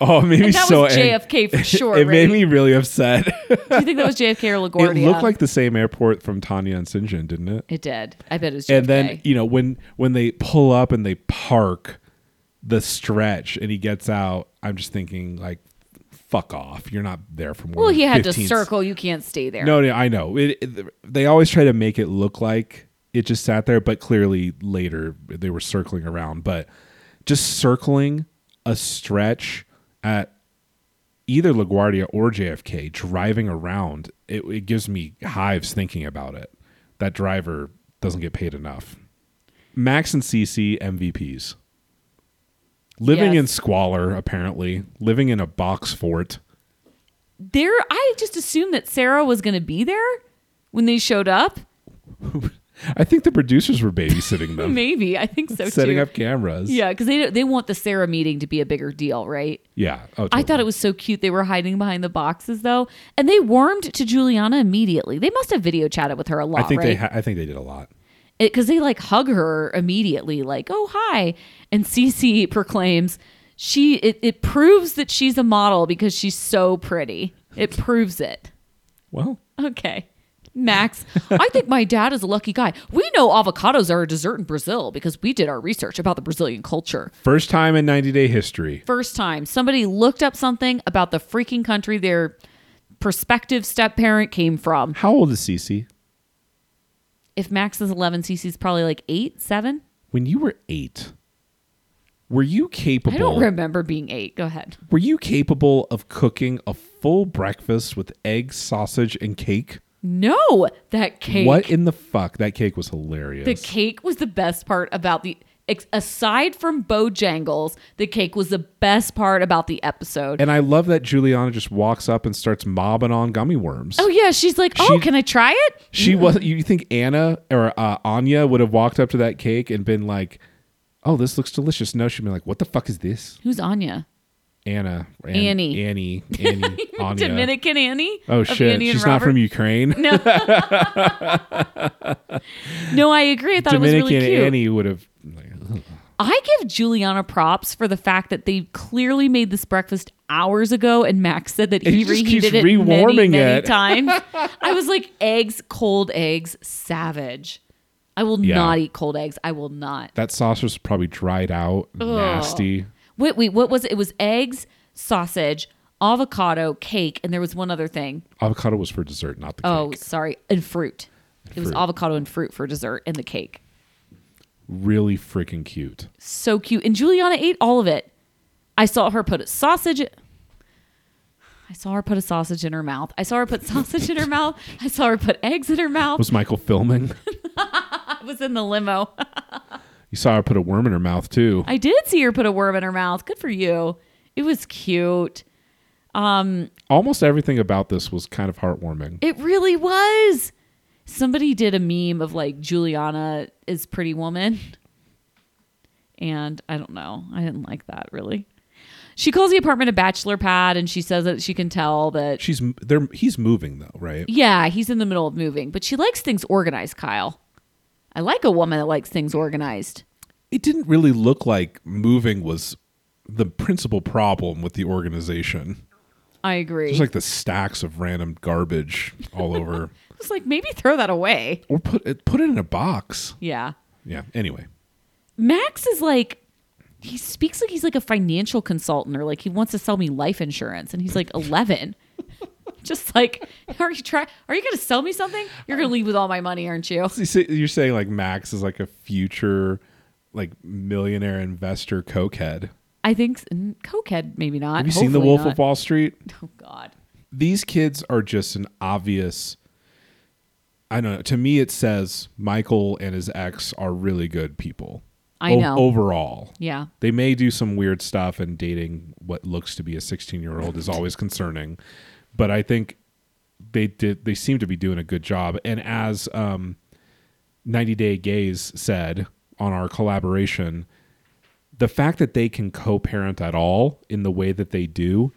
Oh, it made me And that so was ang- JFK for sure. It made right? me really upset. Do you think that was JFK or LaGuardia? it looked like the same airport from Tanya and Sinjin, didn't it? it did. I bet it was JFK. and then you know when when they pull up and they park the stretch and he gets out i'm just thinking like fuck off you're not there for more well, than he had 15 to circle. You can't stay there. no no i know it, it- they always try to make it look like it just sat there but clearly later they were circling around but just circling a stretch at either LaGuardia or JFK driving around it, it gives me hives thinking about it that driver doesn't get paid enough Max and CC MVPs living Yes. in squalor apparently living in a box fort there. I just assumed that Sarah was going to be there when they showed up. I think the producers were babysitting them Maybe I think so setting too. up cameras. Yeah, because they they want the Sarah meeting to be a bigger deal, right? Yeah. Oh, I thought it was so cute. They were hiding behind the boxes though, and they warmed to Juliana immediately. They must have video chatted with her a lot, I think right? they. Ha- I think they did a lot. because they like hug her immediately, like "Oh hi," and Cece proclaims she it, it proves that she's a model because she's so pretty. It proves it. Well, Okay. Max, I think my dad is a lucky guy. We know avocados are a dessert in Brazil because we did our research about the Brazilian culture. first time in 90 day history. First time somebody looked up something about the freaking country their prospective step parent came from. How old is Cece? If Max is 11, Cece's probably like eight, seven. When you were eight, were you capable? I don't remember being eight. Go ahead. Were you capable of cooking a full breakfast with eggs, sausage, and cake? No, that cake. What in the fuck? That cake was hilarious. The cake was the best part about the. ex- Aside from Bojangles, the cake was the best part about the episode. and I love that Juliana just walks up and starts mobbing on gummy worms. oh yeah, she's like, oh, She- can I try it? She was. You think Anna or uh, Anya would have walked up to that cake and been like, "Oh, this looks delicious." No, she'd be like, "What the fuck is this?" Who's Anya? Anna, An- Annie. Annie, Annie, Anya. Dominican Annie. Oh of shit, Annie and she's not Robert? from Ukraine. No, I agree. I thought it was Dominican really cute. Annie would have. I give Juliana props for the fact that they clearly made this breakfast hours ago, and Max said that And he, he just keeps reheated it many, rewarming many it. times. I was like, eggs, cold eggs, savage. I will Yeah. not eat cold eggs. I will not. That sauce was probably dried out, nasty. Wait, wait, what was it? It was eggs, sausage, avocado, cake, and there was one other thing. Avocado was for dessert, not the Oh, cake. sorry, and fruit. It was Fruit. avocado and fruit for dessert and the cake. Really freaking cute. So cute. And Juliana ate all of it. I saw her put a sausage. I saw her put a sausage in her mouth. I saw her put sausage in her mouth. I saw her put eggs in her mouth. Was Michael filming? I was in the limo. you saw her put a worm in her mouth too. I did see her put a worm in her mouth. Good for you. It was cute. Almost everything about this was kind of heartwarming. It really was. Somebody did a meme of like Juliana is pretty woman. And I don't know. I didn't like that really. She calls the apartment a bachelor pad and she says that she can tell that She's m- there. He's moving though, right? Yeah, he's in the middle of moving, but she likes things organized, Kyle. I like a woman that likes things organized. It didn't really look like moving was the principal problem with the organization. I agree. Just like the stacks of random garbage all over, It's like maybe throw that away. or put it put it in a box. Yeah. Yeah. Anyway, Max is like he speaks like he's like a financial consultant or like he wants to sell me life insurance and he's like 11. Just like are you try are you going to sell me something? You're going to leave with all my money, aren't you? You say- you're saying like Max is like a future like millionaire investor cokehead. I think s- mm, cokehead maybe not. Have you seen The Hopefully Wolf not. of Wall Street? Oh god. These kids are just an obvious. I don't know. To me, it says Michael and his ex are really good people. I know. Overall, Yeah. they may do some weird stuff and dating what looks to be a 16 year old is always concerning but i think they did they seem to be doing a good job and as um 90 day gays said on our collaboration the fact that they can co-parent at all in the way that they do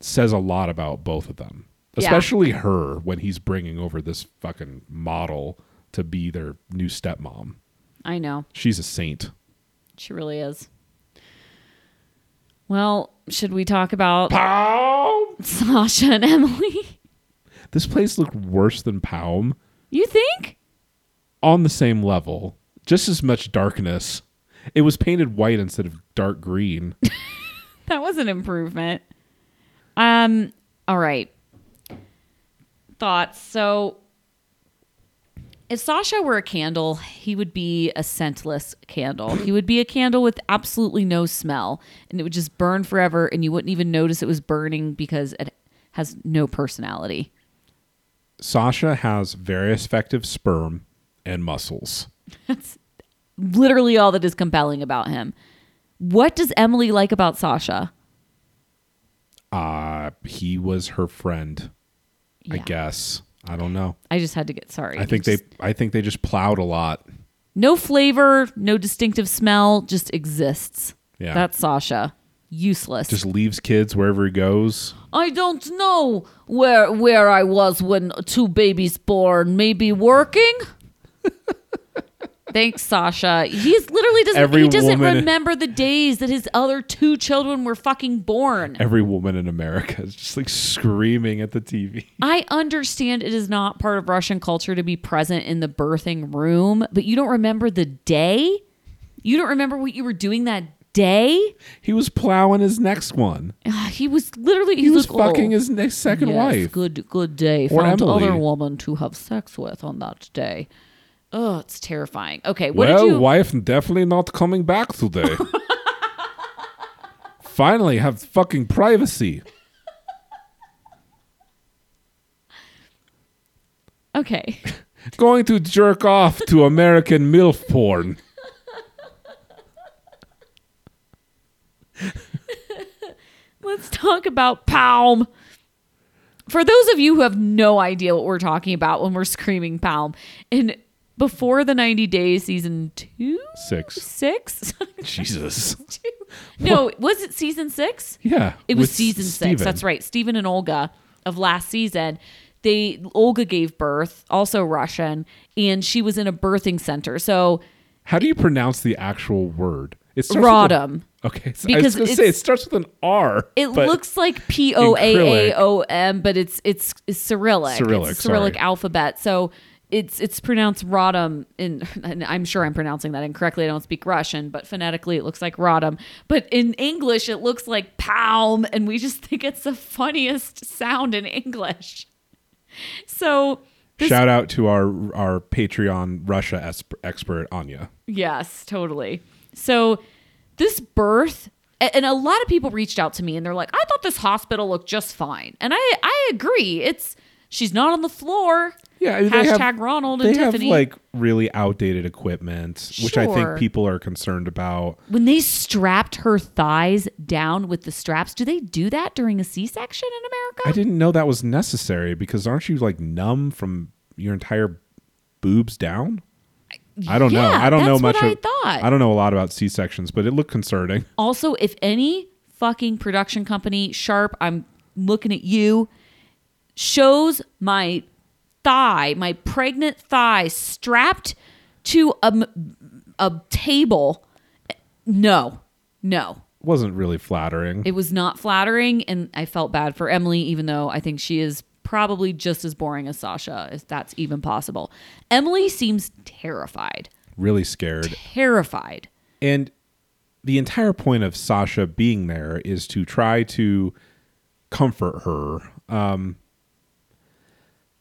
says a lot about both of them Yeah. especially her when he's bringing over this fucking model to be their new stepmom I know. she's a saint She really is. Well, should we talk about Palm. Sasha and Emily? This place looked worse than Palm. You think? On the same level, just as much darkness. It was painted white instead of dark green. That was an improvement. Um, all right. Thoughts. So if Sasha were a candle, he would be a scentless candle. He would be a candle with absolutely no smell, and it would just burn forever, and you wouldn't even notice it was burning because it has no personality. Sasha has very effective sperm and muscles. Literally all that is compelling about him. What does Emily like about Sasha? Uh, he was her friend, I Yeah. guess. I don't know. I just had to get sorry. I think Just- they I think they just plowed a lot. no flavor, no distinctive smell, just exists. Yeah. That's Sasha. Useless. Just leaves kids wherever he goes. I don't know where where I was when two babies born. Maybe working. Thanks, Sasha. He's literally doesn't Every he doesn't woman- remember the days that his other two children were fucking born. Every woman in America is just like screaming at the TV. I understand it is not part of Russian culture to be present in the birthing room, but you don't remember the day? You don't remember what you were doing that day? He was plowing his next one. Ah, He was literally he, He was looked old. fucking his next second yes, wife. Good, good day. Or Found Emily. other woman to have sex with on that day. Oh, it's terrifying. Okay, what Well, did you? wife definitely not coming back today. Finally, have fucking privacy. okay, Going to jerk off to American MILF porn. let's talk about Palm. For those of you who have no idea what we're talking about when we're screaming Palm, and before the 90 days, season two, Six. six, Jesus. two. no, was it season six? Yeah. It was with season Steven. six. That's right. Stephen and Olga of last season. They Olga gave birth, also Russian, and she was in a birthing center. So How do you pronounce the actual word? It starts with a- Rodom. Okay. so I Because was going to it's- say it starts with an R. It but looks like P O A A O M, but it's it's, it's Cyrillic. Cyrillic, it's a Cyrillic sorry. alphabet. So it's it's pronounced Rodom in and I'm sure I'm pronouncing that incorrectly. I don't speak Russian, but phonetically it looks like Rodom. But in English it looks like Palm, and we just think it's the funniest sound in English. So this Shout out to our our Patreon Russia es- expert Anya. Yes, totally. So this birth a- and a lot of people reached out to me and they're like, "I thought this hospital looked just fine." And I I agree. It's she's not on the floor. Yeah, they Hashtag have- Ronald They and have Tiffany. like really outdated equipment, which I Sure. think people are concerned about. when they strapped her thighs down with the straps, do they do that during a C-section in America? I didn't know that was necessary because aren't you like numb from your entire boobs down? I don't know. Yeah, I don't know that's much. what I of- thought. I don't know a lot about C sections, but it looked concerning. Also, if any fucking production company, Sharp, I'm looking at you, shows my thigh, my pregnant thigh strapped to a, m- a table, no, no. wasn't really flattering. It was not flattering, and I felt bad for Emily, even though I think she is probably just as boring as Sasha, if that's even possible. Emily seems terrified. really scared. Terrified. And the entire point of Sasha being there is to try to comfort her. Um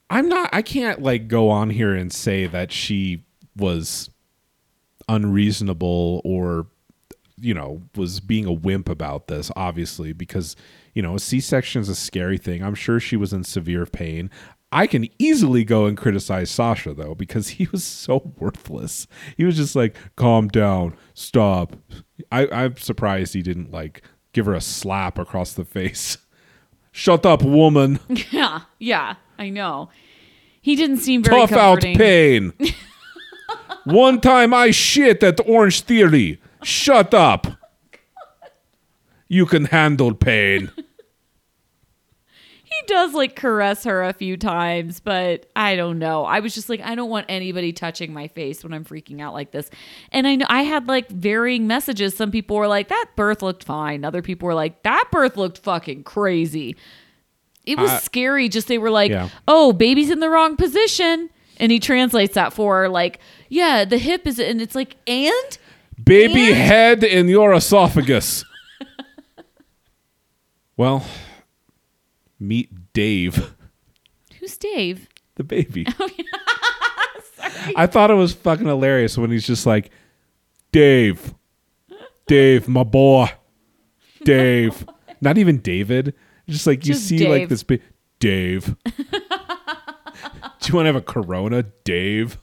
I'm not I can't like go on here and say that she was unreasonable or you know was being a wimp about this obviously because you know a c-section is a scary thing i'm sure she was in severe pain i can easily go and criticize sasha though because he was so worthless he was just like calm down stop I, i'm surprised he didn't like give her a slap across the face shut up woman Yeah, yeah, I know. He didn't seem very tough out comforting. pain one time i shit at orange theory shut up you can handle pain He he does like caress her a few times, but I don't know. I was just like, I don't want anybody touching my face when I'm freaking out like this. And I know I had like varying messages. Some people were like, that birth looked fine. Other people were like, that birth looked fucking crazy. It was I- scary. Just they were like, Yeah. oh, baby's in the wrong position. And he translates that for her, like, yeah, the hip is, and it's like, and Baby And- head in your esophagus. well, meet Dave, who's Dave? the baby. Oh, I thought it was fucking hilarious when he's just like, Dave, Dave, my boy, Dave. Not even David. Just like you Just see, like Dave. this big Dave. Do you want to have a Corona, Dave?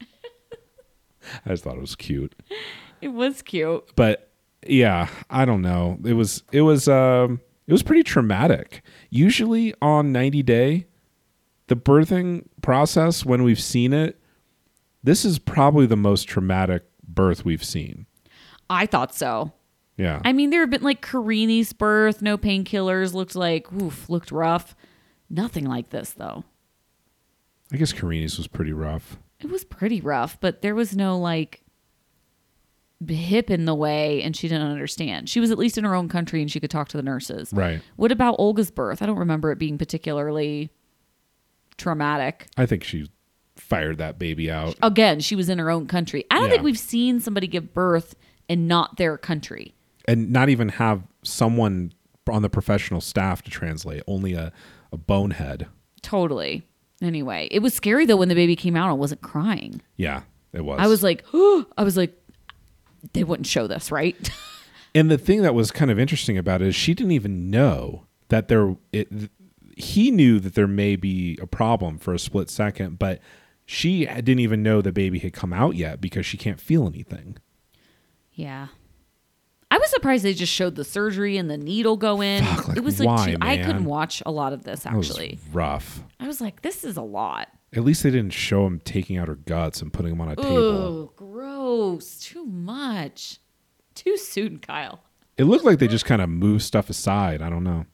I just thought it was cute. It was cute. but yeah i don't know it was it was um it was pretty traumatic usually on 90 day the birthing process when we've seen it this is probably the most traumatic birth we've seen I thought so. yeah I mean, there have been like Karini's birth, no painkillers, looked like, oof, looked rough. Nothing like this, though. i guess karini's was pretty rough It was pretty rough, but there was no like hip in the way, and she didn't understand. She was at least in her own country and she could talk to the nurses. right What about Olga's birth? I don't remember it being particularly traumatic. i think she fired that baby out Again, she was in her own country. I don't Yeah. think we've seen somebody give birth in not their country. and not even have someone on the professional staff to translate only a, a bonehead Totally. Anyway, it was scary though when the baby came out and wasn't crying. yeah it was I was like, oh, I was like, they wouldn't show this, right? And the thing that was kind of interesting about it is she didn't even know that there. It, th- he knew that there may be a problem for a split second, but she didn't even know the baby had come out yet because she can't feel anything. yeah. I was surprised they just showed the surgery and the needle go in. Fuck, like, it was like why, too, I man? couldn't watch a lot of this That was actually. rough. I was like, this is a lot. At least they didn't show him taking out her guts and putting them on a table. Ooh, gross. Too much. Too soon, Kyle. It looked like they just kind of moved stuff aside. I don't know.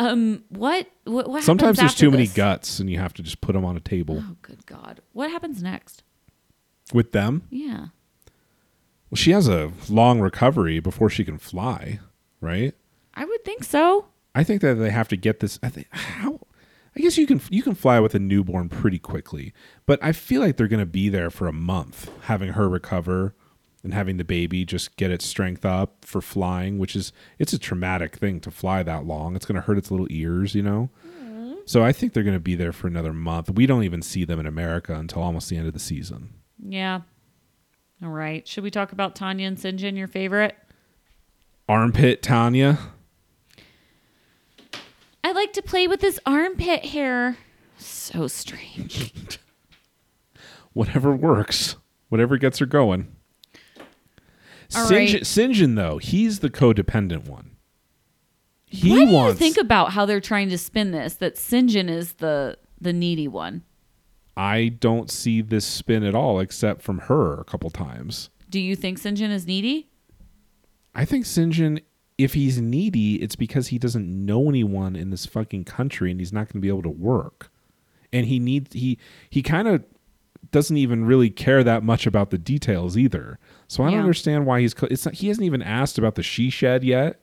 Um, what? What? what happens Sometimes there's after too many this? guts, and you have to just put them on a table Oh, good God. What happens next? with them. Yeah. Well, she has a long recovery before she can fly, right? I would think so. I think that they have to get this. I think how. I guess you can you can fly with a newborn pretty quickly, but I feel like they're going to be there for a month, having her recover and having the baby just get its strength up for flying, which is it's a traumatic thing to fly that long. It's going to hurt its little ears, you know. So I think they're going to be there for another month. We don't even see them in America until almost the end of the season. Yeah. All right. Should we talk about Tanya and Sinjin, your favorite? Armpit Tanya, I like to play with his armpit hair. So strange. whatever works, whatever gets her going. All Sinjin, right. Sinjin, though, he's the codependent one. He Why do you wants. think about how they're trying to spin this? That Sinjin is the the needy one. I don't see this spin at all, except from her a couple times. Do you think Sinjin is needy? I think Sinjin, if he's needy, it's because he doesn't know anyone in this fucking country, and he's not going to be able to work. And he needs he he kind of doesn't even really care that much about the details either. So I don't Yeah. understand why he's. co- It's not, he hasn't even asked about the she shed yet.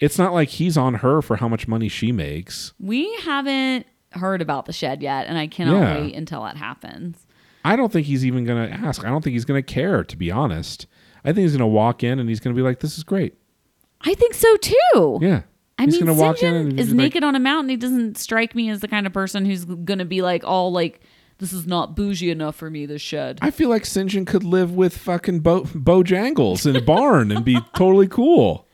it's not like he's on her for how much money she makes. We haven't heard about the shed yet, and I cannot Yeah. wait until that happens. I don't think he's even going to ask. I don't think he's going to care, to be honest. I think he's going to walk in and he's going to be like, this is great. I think so too. Yeah. I he's mean, gonna Sinjin he's is like- naked on a mountain. He doesn't strike me as the kind of person who's gonna be like, all like, this is not bougie enough for me. This shed. I feel like Sinjin could live with fucking Bo- Bojangles in a barn and be totally cool.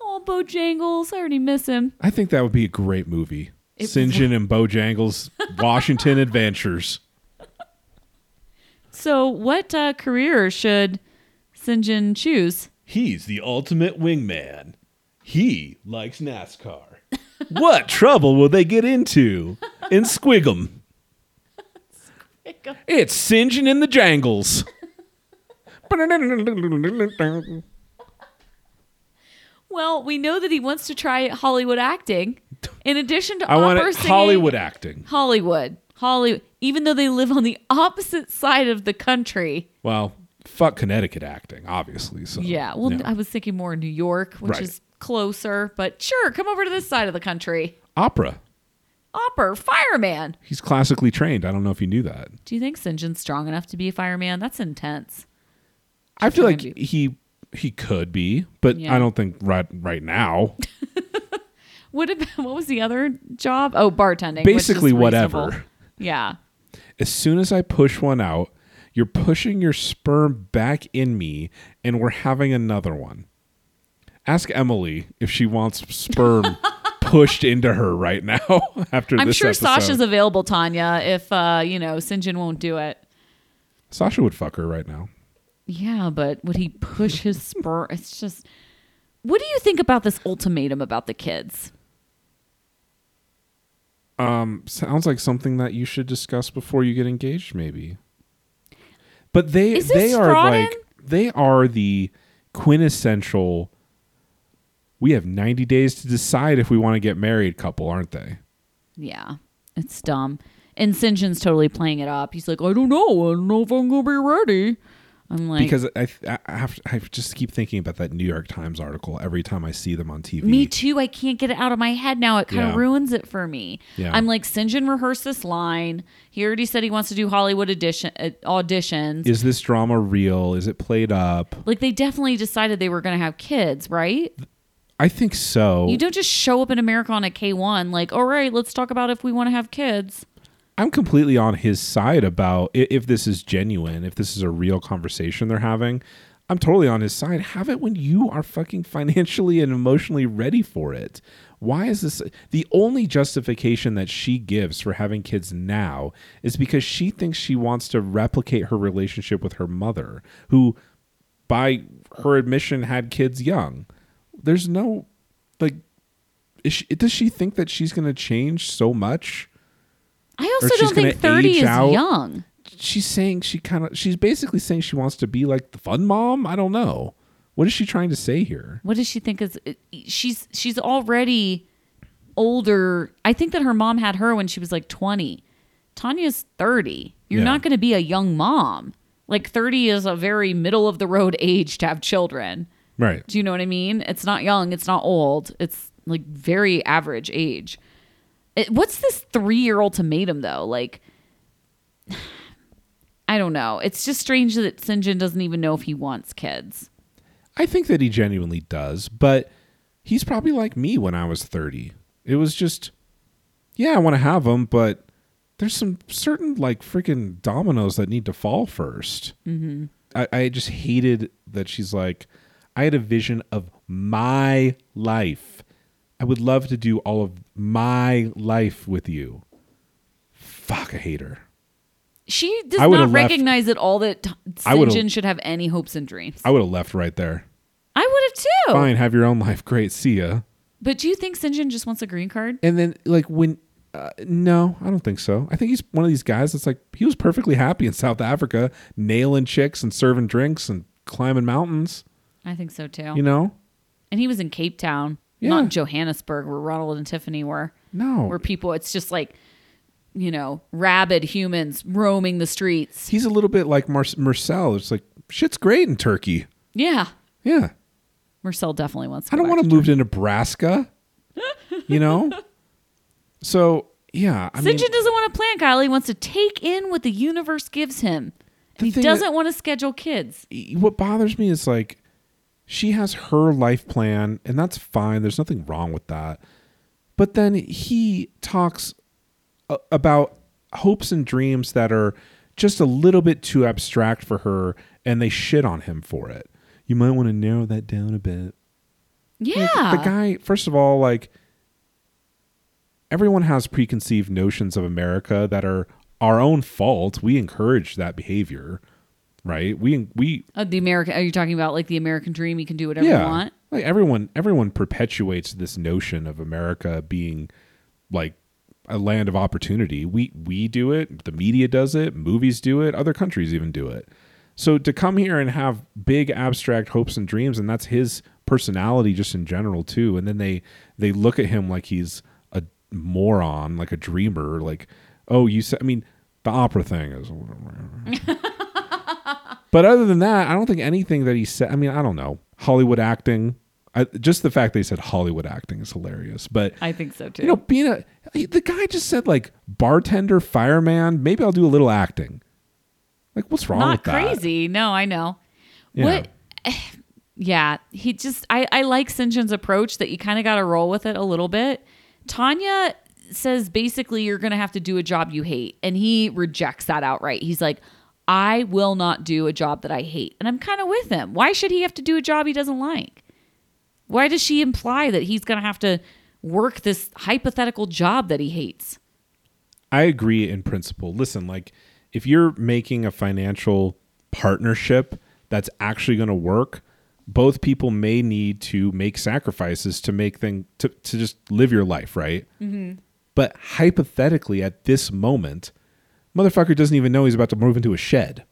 oh, Bojangles, I already miss him. I think that would be a great movie. It- Sinjin and Bojangles Washington Adventures. So, what uh, career should Sinjin choose? He's the ultimate wingman. He likes NASCAR. what trouble will they get into in Squiggum? It's Sinjin in the Jangles. Well, we know that he wants to try Hollywood acting. In addition to I want opera it singing, Hollywood acting. Hollywood, Hollywood. Even though they live on the opposite side of the country, Well, fuck Connecticut acting, obviously. So yeah. Well, no. I was thinking more New York, which Right. is closer, but sure, come over to this side of the country. opera. Opera, fireman. He's classically trained. I don't know if you knew that. Do you think St. John's strong enough to be a fireman? That's intense. I feel like Maybe. he he could be, but Yeah. I don't think right right now. What about what was the other job? Oh, bartending. which is Basically whatever. reasonable. Yeah. As soon as I push one out, you're pushing your sperm back in me and we're having another one. Ask Emily if she wants sperm pushed into her right now after I'm this sure episode. Sasha's available, Tanya, if uh, you know, Sinjin won't do it. Sasha would fuck her right now. Yeah, but would he push his spur? It's just What do you think about this ultimatum about the kids? Sounds like something that you should discuss before you get engaged, maybe. But they Is they this are fraudin'? like they are the quintessential. We have ninety days to decide if we want to get married. Couple, aren't they? Yeah. It's dumb. And Sinjin's totally playing it up. He's like, I don't know. I don't know if I'm gonna be ready. I'm like Because I, I have I just keep thinking about that New York Times article every time I see them on TV. Me too. I can't get it out of my head now. It kind of Yeah. ruins it for me. Yeah. I'm like, Sinjin rehearsed this line. He already said he wants to do Hollywood edition uh, auditions. Is this drama real? Is it played up? like they definitely decided they were going to have kids, right? Oh. I think so. You don't just show up in America on a K1 like, all right, let's talk about if we want to have kids. I'm completely on his side about i- if this is genuine, if this is a real conversation they're having. I'm totally on his side. Have it when you are fucking financially and emotionally ready for it. Why is this the only justification that she gives for having kids now is because she thinks she wants to replicate her relationship with her mother, who by her admission had kids young. There's no like is she, does she think that she's going to change so much? I also she's don't think gonna 30 age is out. young. she's saying she kind of she's basically saying she wants to be like the fun mom. I don't know. What is she trying to say here? What does she think is uh, she's she's already older. I think that her mom had her when she was like 20. Tanya's 30. You're Yeah. not going to be a young mom. Like 30 is a very middle of the road age to have children. Right. Do you know what I mean? It's not young, it's not old. It's like very average age. It- what's this three year ultimatum though? Like, I don't know. It's just strange that Sinjin doesn't even know if he wants kids. I think that he genuinely does, but he's probably like me when I was 30. It was just yeah, I want to have them, but there's some certain like freaking dominoes that need to fall 1st Mm-hmm. I, I just hated that she's like, I had a vision of my life. I would love to do all of my life with you. Fuck, I hate her. She I does would've not left- recognize at all that T- I would've- Sinjin should have any hopes and dreams. I would have left right there. I would have too. Fine, have your own life. Great, see ya. But do you think Sinjin just wants a green card? And then like when uh, no, I don't think so. I think he's one of these guys that's like he was perfectly happy in South Africa, nailing chicks and serving drinks and climbing mountains, I think so too. you know? and he was in Cape Town, Yeah. not in Johannesburg, where Ronald and Tiffany were. No. where people it's just like you know rabid humans roaming the streets He's a little bit like Mar- Marcel. It's like shit's great in Turkey. yeah Yeah. marcel definitely wants to I don't want to move to Nebraska. you know? So, yeah, I mean Sinjin doesn't want to plan kyle he wants to take in what the universe gives him The and he thing doesn't that- want to schedule kids what bothers me is like she has her life plan and that's fine there's nothing wrong with that but then he talks a- about hopes and dreams that are just a little bit too abstract for her and they shit on him for it you might want to narrow that down a bit yeah like, the guy, first of all, like everyone has preconceived notions of America that are our own fault. We encourage that behavior, right? We we Uh, the american are you talking about like the american dream you can do whatever you want like everyone, everyone perpetuates this notion of America being like a land of opportunity. We we do it. The media does it. Movies do it. Other countries even do it. So to come here and have big abstract hopes and dreams, and that's his personality just in general too. And then they they look at him like he's a moron, like a dreamer, like, oh, you said, I mean, the opera thing is. but other than that, I don't think anything that he said, I mean, I don't know. Hollywood acting, I, just the fact they said Hollywood acting is hilarious. But I think so too. you know, being a the guy just said like bartender, fireman. Maybe I'll do a little acting. Like, what's wrong Not with that? crazy. No, I know. Yeah. What? Yeah, he just I I like Sinjin's approach that you kind of got to roll with it a little bit. Tanya says basically you're going to have to do a job you hate, and he rejects that outright. He's like, I will not do a job that I hate, and I'm kind of with him. Why should he have to do a job he doesn't like? Why does she imply that he's going to have to work this hypothetical job that he hates? I agree in principle. Listen, like if you're making a financial partnership that's actually going to work, both people may need to make sacrifices to make thing to, to just live your life, right? But hypothetically, at this moment, motherfucker doesn't even know he's about to move into a shed.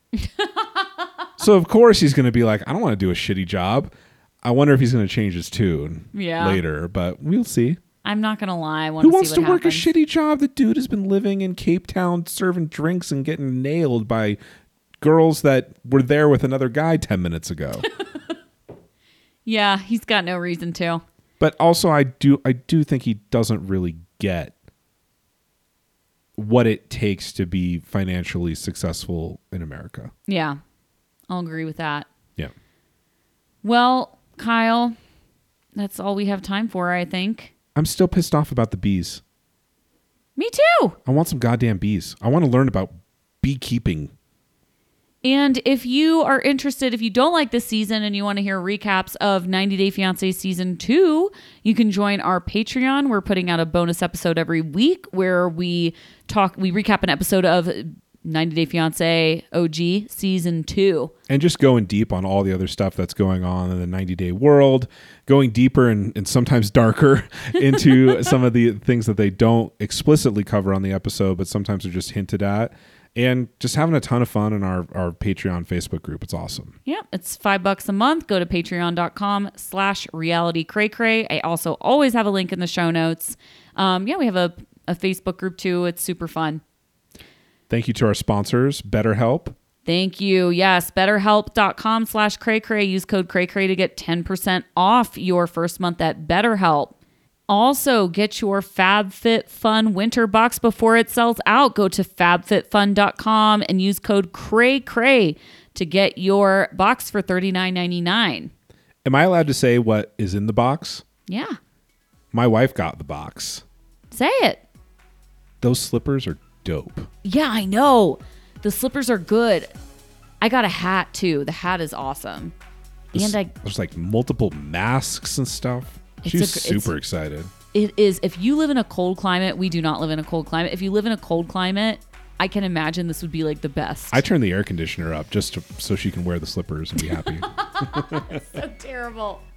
so of course he's going to be like, I don't want to do a shitty job. I wonder if he's going to change his tune Yeah. later, but we'll see. I'm not going to lie. I want Who see wants what to work happens. a shitty job? The dude has been living in Cape Town serving drinks and getting nailed by girls that were there with another guy 10 minutes ago. Yeah, he's got no reason to. but also I do I do think he doesn't really get what it takes to be financially successful in America. Yeah, I'll agree with that. Yeah. Well, Kyle, that's all we have time for, I think. I'm still pissed off about the bees. Me too. I want some goddamn bees. I want to learn about beekeeping. And if you are interested, if you don't like this season and you want to hear recaps of 90 Day Fiancé season two, you can join our Patreon. We're putting out a bonus episode every week where we talk, we recap an episode of 90 Day Fiancé OG season two. and just going deep on all the other stuff that's going on in the 90 day world going deeper and, and sometimes darker into some of the things that they don't explicitly cover on the episode but sometimes are just hinted at and just having a ton of fun in our, our patreon facebook group it's awesome Yeah, it's five bucks a month. Go to patreon.com slash reality cray cray. I also always have a link in the show notes. Um, yeah, we have a, a Facebook group too. It's super fun. thank you to our sponsors betterhelp Thank you. Yes, betterhelp.com slash cray cray. Use code cray cray to get 10% off your first month at BetterHelp. Also, get your FabFitFun winter box before it sells out. Go to fabfitfun.com and use code cray cray to get your box for $39.99. am i allowed to say what is in the box Yeah. my wife got the box Say it. those slippers are dope Yeah, I know. The slippers are good. I got a hat too. The hat is awesome. And I, there's like multiple masks and stuff It's she's a gr- it's- super excited it is, if you live in a cold climate, we do not live in a cold climate. If you live in a cold climate, I can imagine this would be like the best. I turned the air conditioner up just to, so she can wear the slippers and be happy. terrible.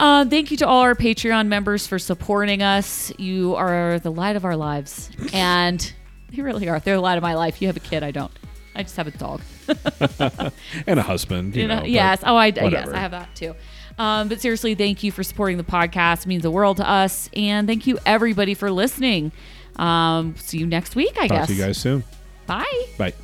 Uh, thank you to all our Patreon members for supporting us. You are the light of our lives, and they really are. They're the light of my life. You have a kid, I don't. I just have a dog. and a husband, you, You know. know, but yes. Oh, I yes, whatever. I have that too. Um, but seriously, thank you for supporting the podcast. It means the world to us, and thank you everybody for listening. Um, see you next week, I Talk guess. to you guys soon. Bye. Bye.